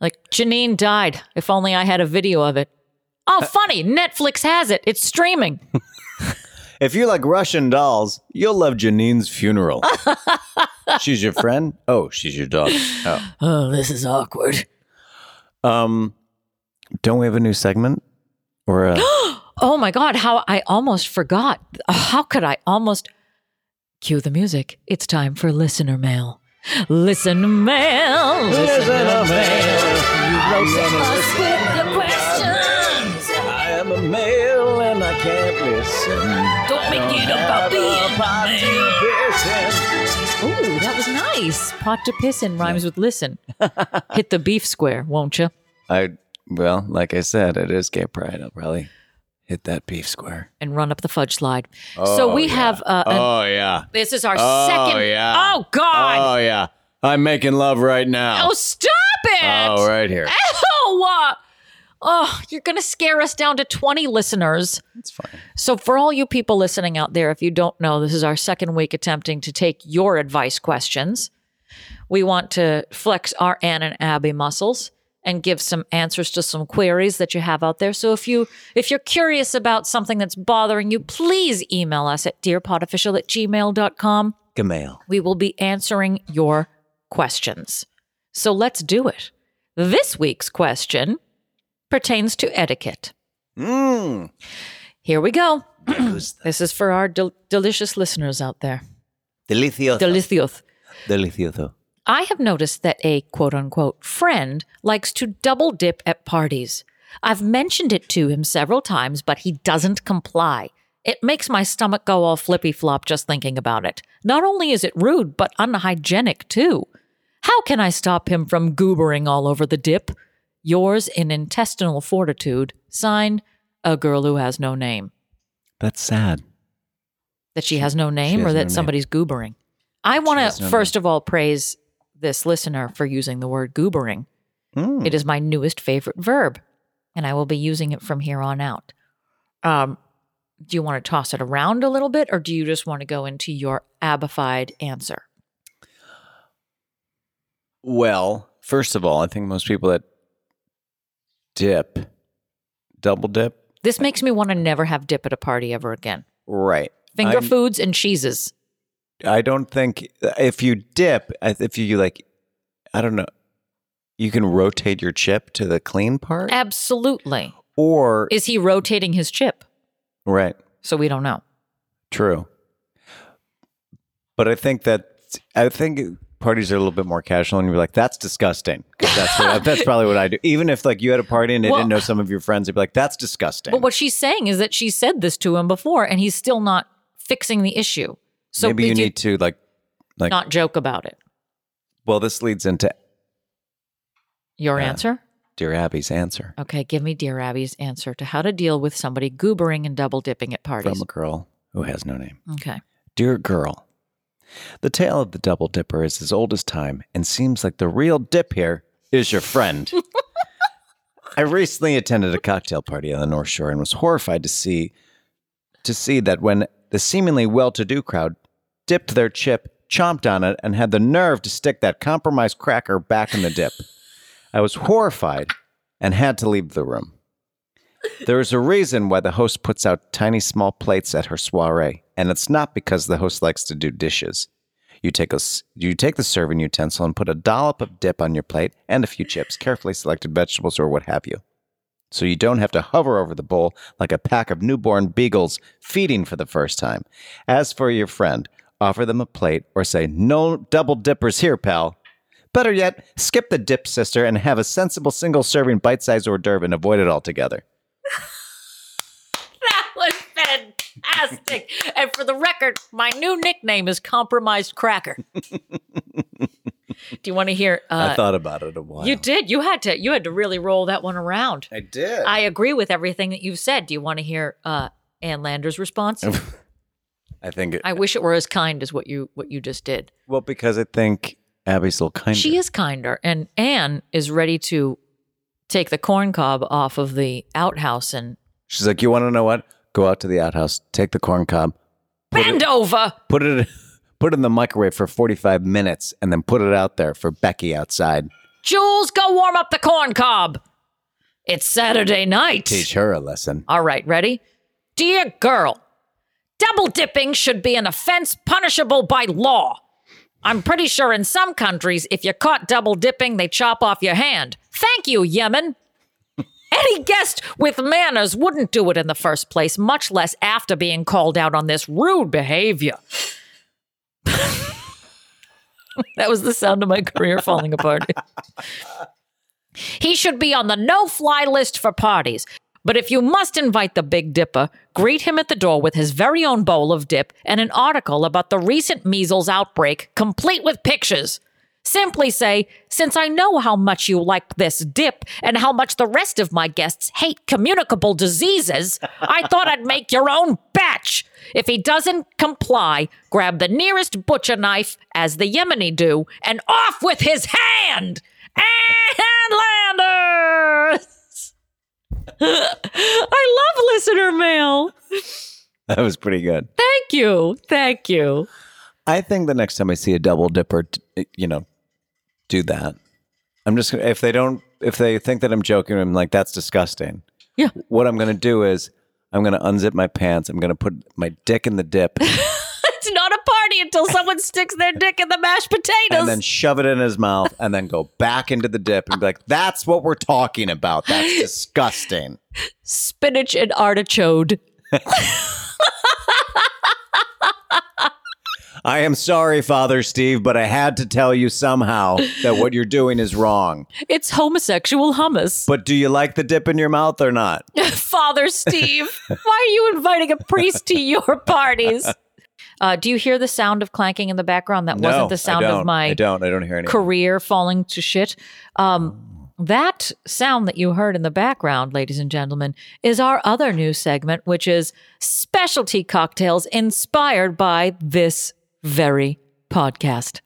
Speaker 5: like, Janine died. If only I had a video of it. Oh, funny. Netflix has it, it's streaming.
Speaker 6: If you like Russian dolls, you'll love Janine's funeral. she's your friend. Oh, she's your dog. Oh.
Speaker 5: <laughs> oh, this is awkward.
Speaker 6: <laughs> Um, don't we have a new segment? Or a,
Speaker 5: Oh my God, how I almost forgot. How could I almost cue the music? It's time for listener mail. Listen mail. Listener Us with the questions.
Speaker 6: I am a male and I can't listen.
Speaker 5: Don't make it about being male. Ooh, that was nice. Pot to piss in rhymes
Speaker 6: <laughs>
Speaker 5: with listen. Hit the beef square, won't you?
Speaker 6: I well, like I said, it is gay pride. I'll probably hit that beef square.
Speaker 5: And run up the fudge slide. so we have uh, an-
Speaker 6: Oh, yeah.
Speaker 5: this is our
Speaker 6: Oh,
Speaker 5: second.
Speaker 6: yeah.
Speaker 5: Oh God!
Speaker 6: yeah. I'm making love right now.
Speaker 5: Oh, stop it!
Speaker 6: Oh, right here.
Speaker 5: Ew! uh, Oh, you're going to scare us down to 20 listeners.
Speaker 6: It's fine.
Speaker 5: So, for all you people listening out there, if you don't know, this is our second week attempting to take your advice questions. We want to flex our Ann and Abby muscles and give some answers to some queries that you have out there. So, if you if you're curious about something that's bothering you, please email us at dearpodofficial at gmail.com.
Speaker 6: Gamail.
Speaker 5: We will be answering your questions. So let's do it. This week's question pertains to etiquette.
Speaker 6: Mmm.
Speaker 5: Here we go. <clears throat> this is for our del- delicious listeners out there.
Speaker 6: Delicioso.
Speaker 5: Delicious.
Speaker 6: Delicioso.
Speaker 5: I have noticed that a quote unquote friend likes to double dip at parties. I've mentioned it to him several times, but he doesn't comply. It makes my stomach go all flippy flop just thinking about it. Not only is it rude, but unhygienic too. How can I stop him from goobering all over the dip? Yours in intestinal fortitude, signed, a girl who has no name.
Speaker 6: That's sad.
Speaker 5: That she has no name
Speaker 6: has
Speaker 5: or
Speaker 6: no
Speaker 5: that
Speaker 6: name.
Speaker 5: somebody's goobering. I want
Speaker 6: has
Speaker 5: to,
Speaker 6: no
Speaker 5: first of all, praise this listener for using the word goobering.
Speaker 6: Mm.
Speaker 5: It is my newest favorite verb, and I will be using it from here on out. Um, do you want to toss it around a little bit, or do you just want to go into your abified answer?
Speaker 6: Well, first of all, I think most people that dip, double dip,
Speaker 5: This makes me want to never have dip at a party ever again.
Speaker 6: right?
Speaker 5: Finger
Speaker 6: I'm-
Speaker 5: foods and cheeses.
Speaker 6: I don't think if you dip, I- if you like, I don't know, you can rotate your chip to the clean part,
Speaker 5: Absolutely.
Speaker 6: or
Speaker 5: Is he rotating his chip?
Speaker 6: right,
Speaker 5: So we don't know.
Speaker 6: true. But I think that I think parties are a little bit more casual, and you're like, "That's disgusting." 'Cause That's what I-
Speaker 5: <laughs>
Speaker 6: that's probably what I do. Even if like you had a party and they
Speaker 5: Well-
Speaker 6: didn't know some of your friends, they'd be like, "That's disgusting."
Speaker 5: But what she's saying is that she said this to him before, and he's still not fixing the issue. So
Speaker 6: Maybe
Speaker 5: did
Speaker 6: you need to like, like,
Speaker 5: not joke about it.
Speaker 6: well, this leads into
Speaker 5: Your answer?
Speaker 6: Dear Abby's answer
Speaker 5: Okay, give me Dear Abby's answer to how to deal with somebody goobering and double dipping at parties.
Speaker 6: from a girl who has no name. <laughs>
Speaker 5: okay.
Speaker 6: Dear girl, the tale of the double dipper is as old as time and seems like the real dip here is your friend. I recently attended a cocktail party on the North Shore and was horrified to see to see that when the seemingly well-to-do crowd dipped their chip, chomped on it, and had the nerve to stick that compromised cracker back in the dip. I was horrified and had to leave the room. There is a reason why the host puts out tiny small plates at her soiree, and it's not because the host likes to do dishes. You take a s you take the serving utensil and put a dollop of dip on your plate and a few chips, carefully selected vegetables or what have you. So you don't have to hover over the bowl like a pack of newborn beagles feeding for the first time. As for your friend, offer them a plate or say no double dippers here, pal. Better yet, skip the dip, sister, and have a sensible single serving bite-sized hors d'oeuvre and avoid it altogether.
Speaker 5: fantastic. and for the record, my new nickname is Compromised Cracker. Do you want to hear?
Speaker 6: I
Speaker 5: Uh,
Speaker 6: thought about it a while.
Speaker 5: you did. You had to. You had to really roll that one around.
Speaker 6: I did.
Speaker 5: I agree with everything that you've said. Do you want to hear uh, Ann Lander's response?
Speaker 6: I think. It,
Speaker 5: I wish it were as kind as what you what you just did.
Speaker 6: well, because I think Abby's a little kinder.
Speaker 5: She is kinder, and Anne is ready to take the corn cob off of the outhouse and
Speaker 6: She's like, you want to know what? Go out to the outhouse, take the corn cob,
Speaker 5: bend over.
Speaker 6: put it, put it in <laughs> the microwave for forty-five minutes, and then put it out there for Becky outside.
Speaker 5: Jules, go warm up the corn cob. It's Saturday night.
Speaker 6: Teach her a lesson. <laughs>
Speaker 5: All right, ready? Dear girl, double dipping should be an offense punishable by law. I'm pretty sure in some countries, if you're caught double dipping, they chop off your hand. Thank you, Yemen. <laughs> Any guest with manners wouldn't do it in the first place, much less after being called out on this rude behavior. <laughs> that was the sound of my career falling apart. He should be on the no fly list for parties. But if you must invite the Big Dipper, greet him at the door with his very own bowl of dip and an article about the recent measles outbreak, complete with pictures. Simply say, Since I know how much you like this dip and how much the rest of my guests hate communicable diseases, I thought I'd make your own batch. If he doesn't comply, grab the nearest butcher knife, as the Yemeni do, and off with his hand! and Landers. <laughs> I love listener mail.
Speaker 6: That was pretty good.
Speaker 5: Thank you. Thank you.
Speaker 6: I think the next time I see a double dipper, t- eh, you know, do that. I'm just gonna if they don't if they think that I'm joking, I'm like that's disgusting.
Speaker 5: Yeah.
Speaker 6: What I'm gonna do is I'm gonna unzip my pants. I'm gonna put my dick in the dip
Speaker 5: It's not a party until someone sticks their dick in the mashed potatoes.
Speaker 6: and then shove it in his mouth and then go back into the dip and be like, "That's what we're talking about. That's
Speaker 5: <laughs>
Speaker 6: disgusting."
Speaker 5: Spinach and artichoke.
Speaker 6: I am sorry, Father Steve, but I had to tell you somehow that what you're doing is wrong.
Speaker 5: It's homosexual hummus.
Speaker 6: But do you like the dip in your mouth or not?
Speaker 5: <laughs> Father Steve, why are you inviting a priest to your parties? <laughs> Uh, do you hear the sound of clanking in the background? That
Speaker 6: no,
Speaker 5: wasn't
Speaker 6: I
Speaker 5: the sound
Speaker 6: don't.
Speaker 5: of my
Speaker 6: I don't. I don't hear anything.
Speaker 5: career falling to shit. Um, that sound that you heard in the background, ladies and gentlemen, is our other new segment, which is specialty cocktails inspired by this very podcast.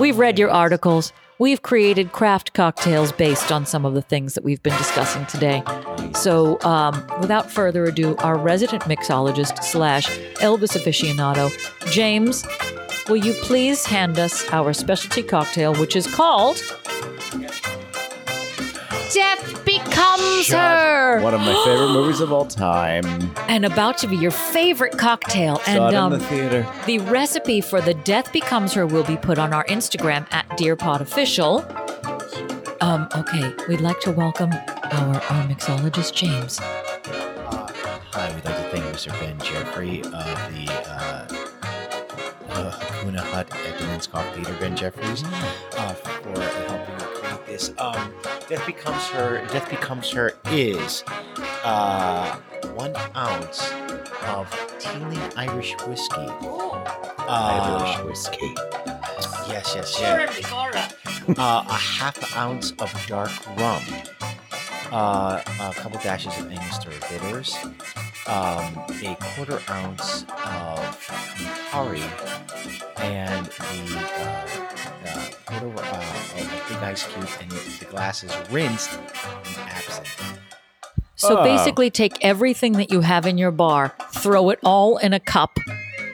Speaker 5: We've read your articles. We've created craft cocktails based on some of the things that we've been discussing today. So, um, without further ado, our resident mixologist slash Elvis aficionado, James, will you please hand us our specialty cocktail, which is called Death Becomes Her,
Speaker 6: One of my favorite movies of all time.
Speaker 5: and about to be your favorite cocktail.
Speaker 6: Saw it
Speaker 5: and um,
Speaker 6: in the theater.
Speaker 5: The recipe for the death becomes her will be put on our Instagram at DearPod Official. Um, okay, we'd like to welcome our, our mixologist, James.
Speaker 3: Hi, we'd like to thank Mr. Ben Jeffrey of the uh, uh, Hakuna Hut at the Minskoff Theater, Ben Jeffries, uh, for helping me create this. Um, Death Becomes Her. Death Becomes Her is uh, one ounce of Teeling Irish whiskey. Uh,
Speaker 6: Irish whiskey.
Speaker 3: Yes, yes, yes. uh, a half ounce of dark rum, uh, a couple dashes of Angostura bitters, um, a quarter ounce of Campari, and the uh, uh, quarter uh, of a big ice cube, and the glass is rinsed in absinthe.
Speaker 5: So
Speaker 6: Oh.
Speaker 5: basically, take everything that you have in your bar, throw it all in a cup,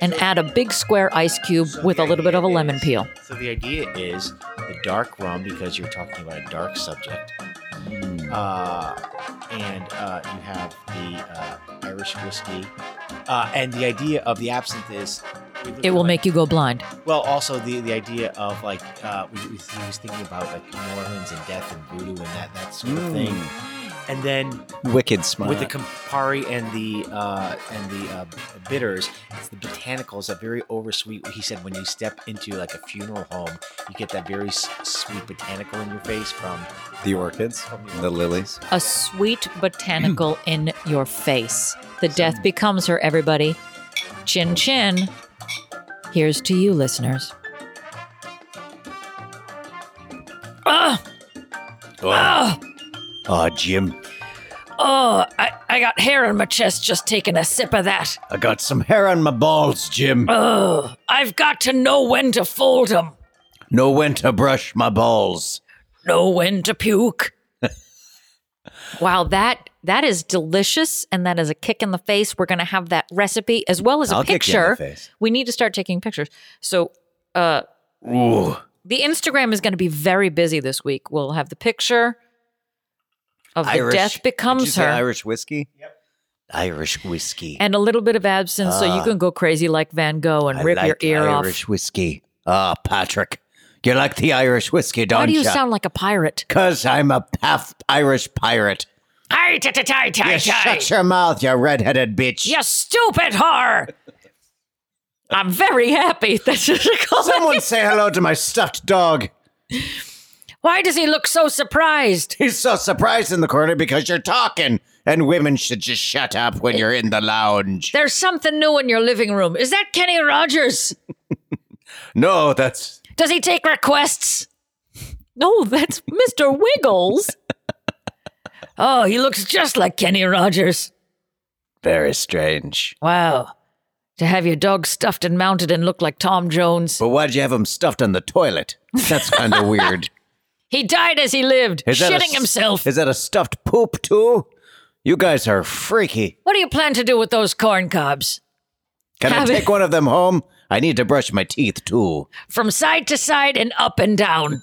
Speaker 5: and add a big square ice cube
Speaker 3: So
Speaker 5: with
Speaker 3: the
Speaker 5: a little bit of a
Speaker 3: idea
Speaker 5: lemon
Speaker 3: is-
Speaker 5: peel.
Speaker 3: So the idea is the dark rum because you're talking about a dark subject,
Speaker 6: Mm.
Speaker 3: uh, and uh, you have the uh, Irish whiskey, uh, and the idea of the absinthe is we look
Speaker 5: It
Speaker 3: at,
Speaker 5: will
Speaker 3: like-
Speaker 5: make you go blind.
Speaker 3: well. Also, the the idea of like uh, we, we, he was thinking about like New Orleans and death and voodoo and that that sort of thing, and then
Speaker 6: Wicked smile.
Speaker 3: with the Campari and the uh, and the uh, bitters, it's the botanicals, that very oversweet. He said when you step into like a funeral home, you get that very s- sweet botanical in your face from
Speaker 6: The orchids, the lilies.
Speaker 5: A sweet botanical in your face. The death becomes her, everybody. Chin chin. Here's to you, listeners.
Speaker 6: Ah, Jim,
Speaker 5: Oh, I, I got hair on my chest just taking a sip of that.
Speaker 6: I got some hair on my balls, Jim.
Speaker 5: Oh, I've got to know when to fold 'em,
Speaker 6: Know when to brush my balls.
Speaker 5: know when
Speaker 6: <laughs>
Speaker 5: to puke. wow, that that is delicious, and that is a kick in the face. We're gonna have that recipe as well as a
Speaker 6: I'll kick you in the
Speaker 5: picture.
Speaker 6: face.
Speaker 5: We need to start taking pictures. So, uh,
Speaker 6: Ooh.
Speaker 5: the Instagram is going to be very busy this week. We'll have the picture of the
Speaker 6: Irish-
Speaker 5: death
Speaker 6: Did you
Speaker 5: becomes
Speaker 6: say
Speaker 5: her,
Speaker 6: Irish whiskey? Yep. Irish whiskey.
Speaker 5: and a little bit of absence, so you can go crazy like Van Gogh and
Speaker 6: Ah. I
Speaker 5: rip
Speaker 6: like
Speaker 5: your ear
Speaker 6: Irish
Speaker 5: off.
Speaker 6: whiskey. Ah, Patrick, you like the Irish whiskey, don't
Speaker 5: Why do you
Speaker 6: ya?
Speaker 5: sound like a pirate?
Speaker 6: Cause I'm a half Irish pirate.
Speaker 5: Hi, tie, tie, tie, tie,
Speaker 6: You shut your mouth, you redheaded bitch.
Speaker 5: You stupid whore! I'm very happy that <laughs> she called.
Speaker 6: Someone say hello to my stuffed dog.
Speaker 5: Why does he look so surprised?
Speaker 6: He's so surprised in the corner because you're talking, and women should just shut up when you're in the lounge.
Speaker 5: There's something new in your living room. Is that Kenny Rogers?
Speaker 6: No, that's
Speaker 5: Does he take requests? No, that's Mr. Wiggles. <laughs> oh, he looks just like Kenny Rogers.
Speaker 6: very strange.
Speaker 5: Wow. To have your dog stuffed and mounted and look like Tom Jones.
Speaker 6: But why'd you have him stuffed on the toilet? That's kind
Speaker 5: <laughs>
Speaker 6: of weird.
Speaker 5: He died as he lived,
Speaker 6: that a
Speaker 5: shitting
Speaker 6: s-
Speaker 5: himself.
Speaker 6: Is that a stuffed poop too? You guys are freaky.
Speaker 5: what do you plan to do with those corn cobs?
Speaker 6: Can I
Speaker 5: Have
Speaker 6: take
Speaker 5: it.
Speaker 6: one of them home? I need to brush my teeth too.
Speaker 5: From side to side and up and down.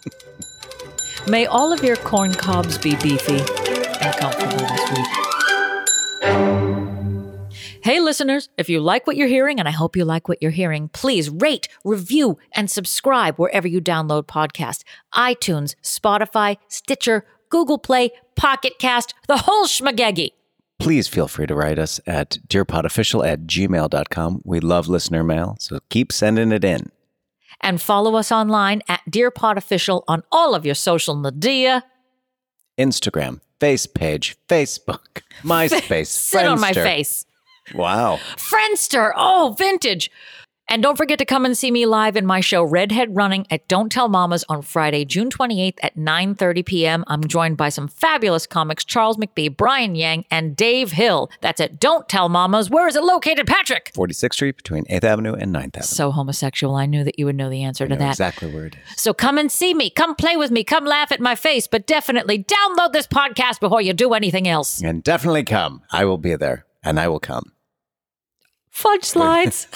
Speaker 5: May all of your corn cobs be beefy and comfortable this week. Hey, listeners, if you like what you're hearing, and I hope you like what you're hearing, please rate, review, and subscribe wherever you download podcasts iTunes, Spotify, Stitcher, Google Play, Pocket Cast, the whole schmageggy.
Speaker 6: Please feel free to write us at dearpodofficial at gmail.com. We love listener mail, so keep sending it in.
Speaker 5: And follow us online at Dear Pod Official on all of your social media.
Speaker 6: Instagram, face page,
Speaker 5: <laughs>
Speaker 6: Facebook, MySpace,
Speaker 5: Sit on my
Speaker 6: Friendster.
Speaker 5: face.
Speaker 6: Wow.
Speaker 5: Friendster. Oh, vintage. And don't forget to come and see me live in my show Redhead Running at Don't Tell Mamas on Friday, June 28th at 9:30 p.m. I'm joined by some fabulous comics Charles McBee, Brian Yang, and Dave Hill. That's at Don't Tell Mamas. Where is it located, Patrick?
Speaker 6: 46th Street between 8th Avenue and 9th Avenue.
Speaker 5: So homosexual. I knew that you would know the answer to
Speaker 6: I know
Speaker 5: that.
Speaker 6: exactly where it is.
Speaker 5: So come and see me. Come play with me. Come laugh at my face, but definitely download this podcast before you do anything else.
Speaker 6: And definitely come. I will be there, and I will come.
Speaker 5: Fudge slides.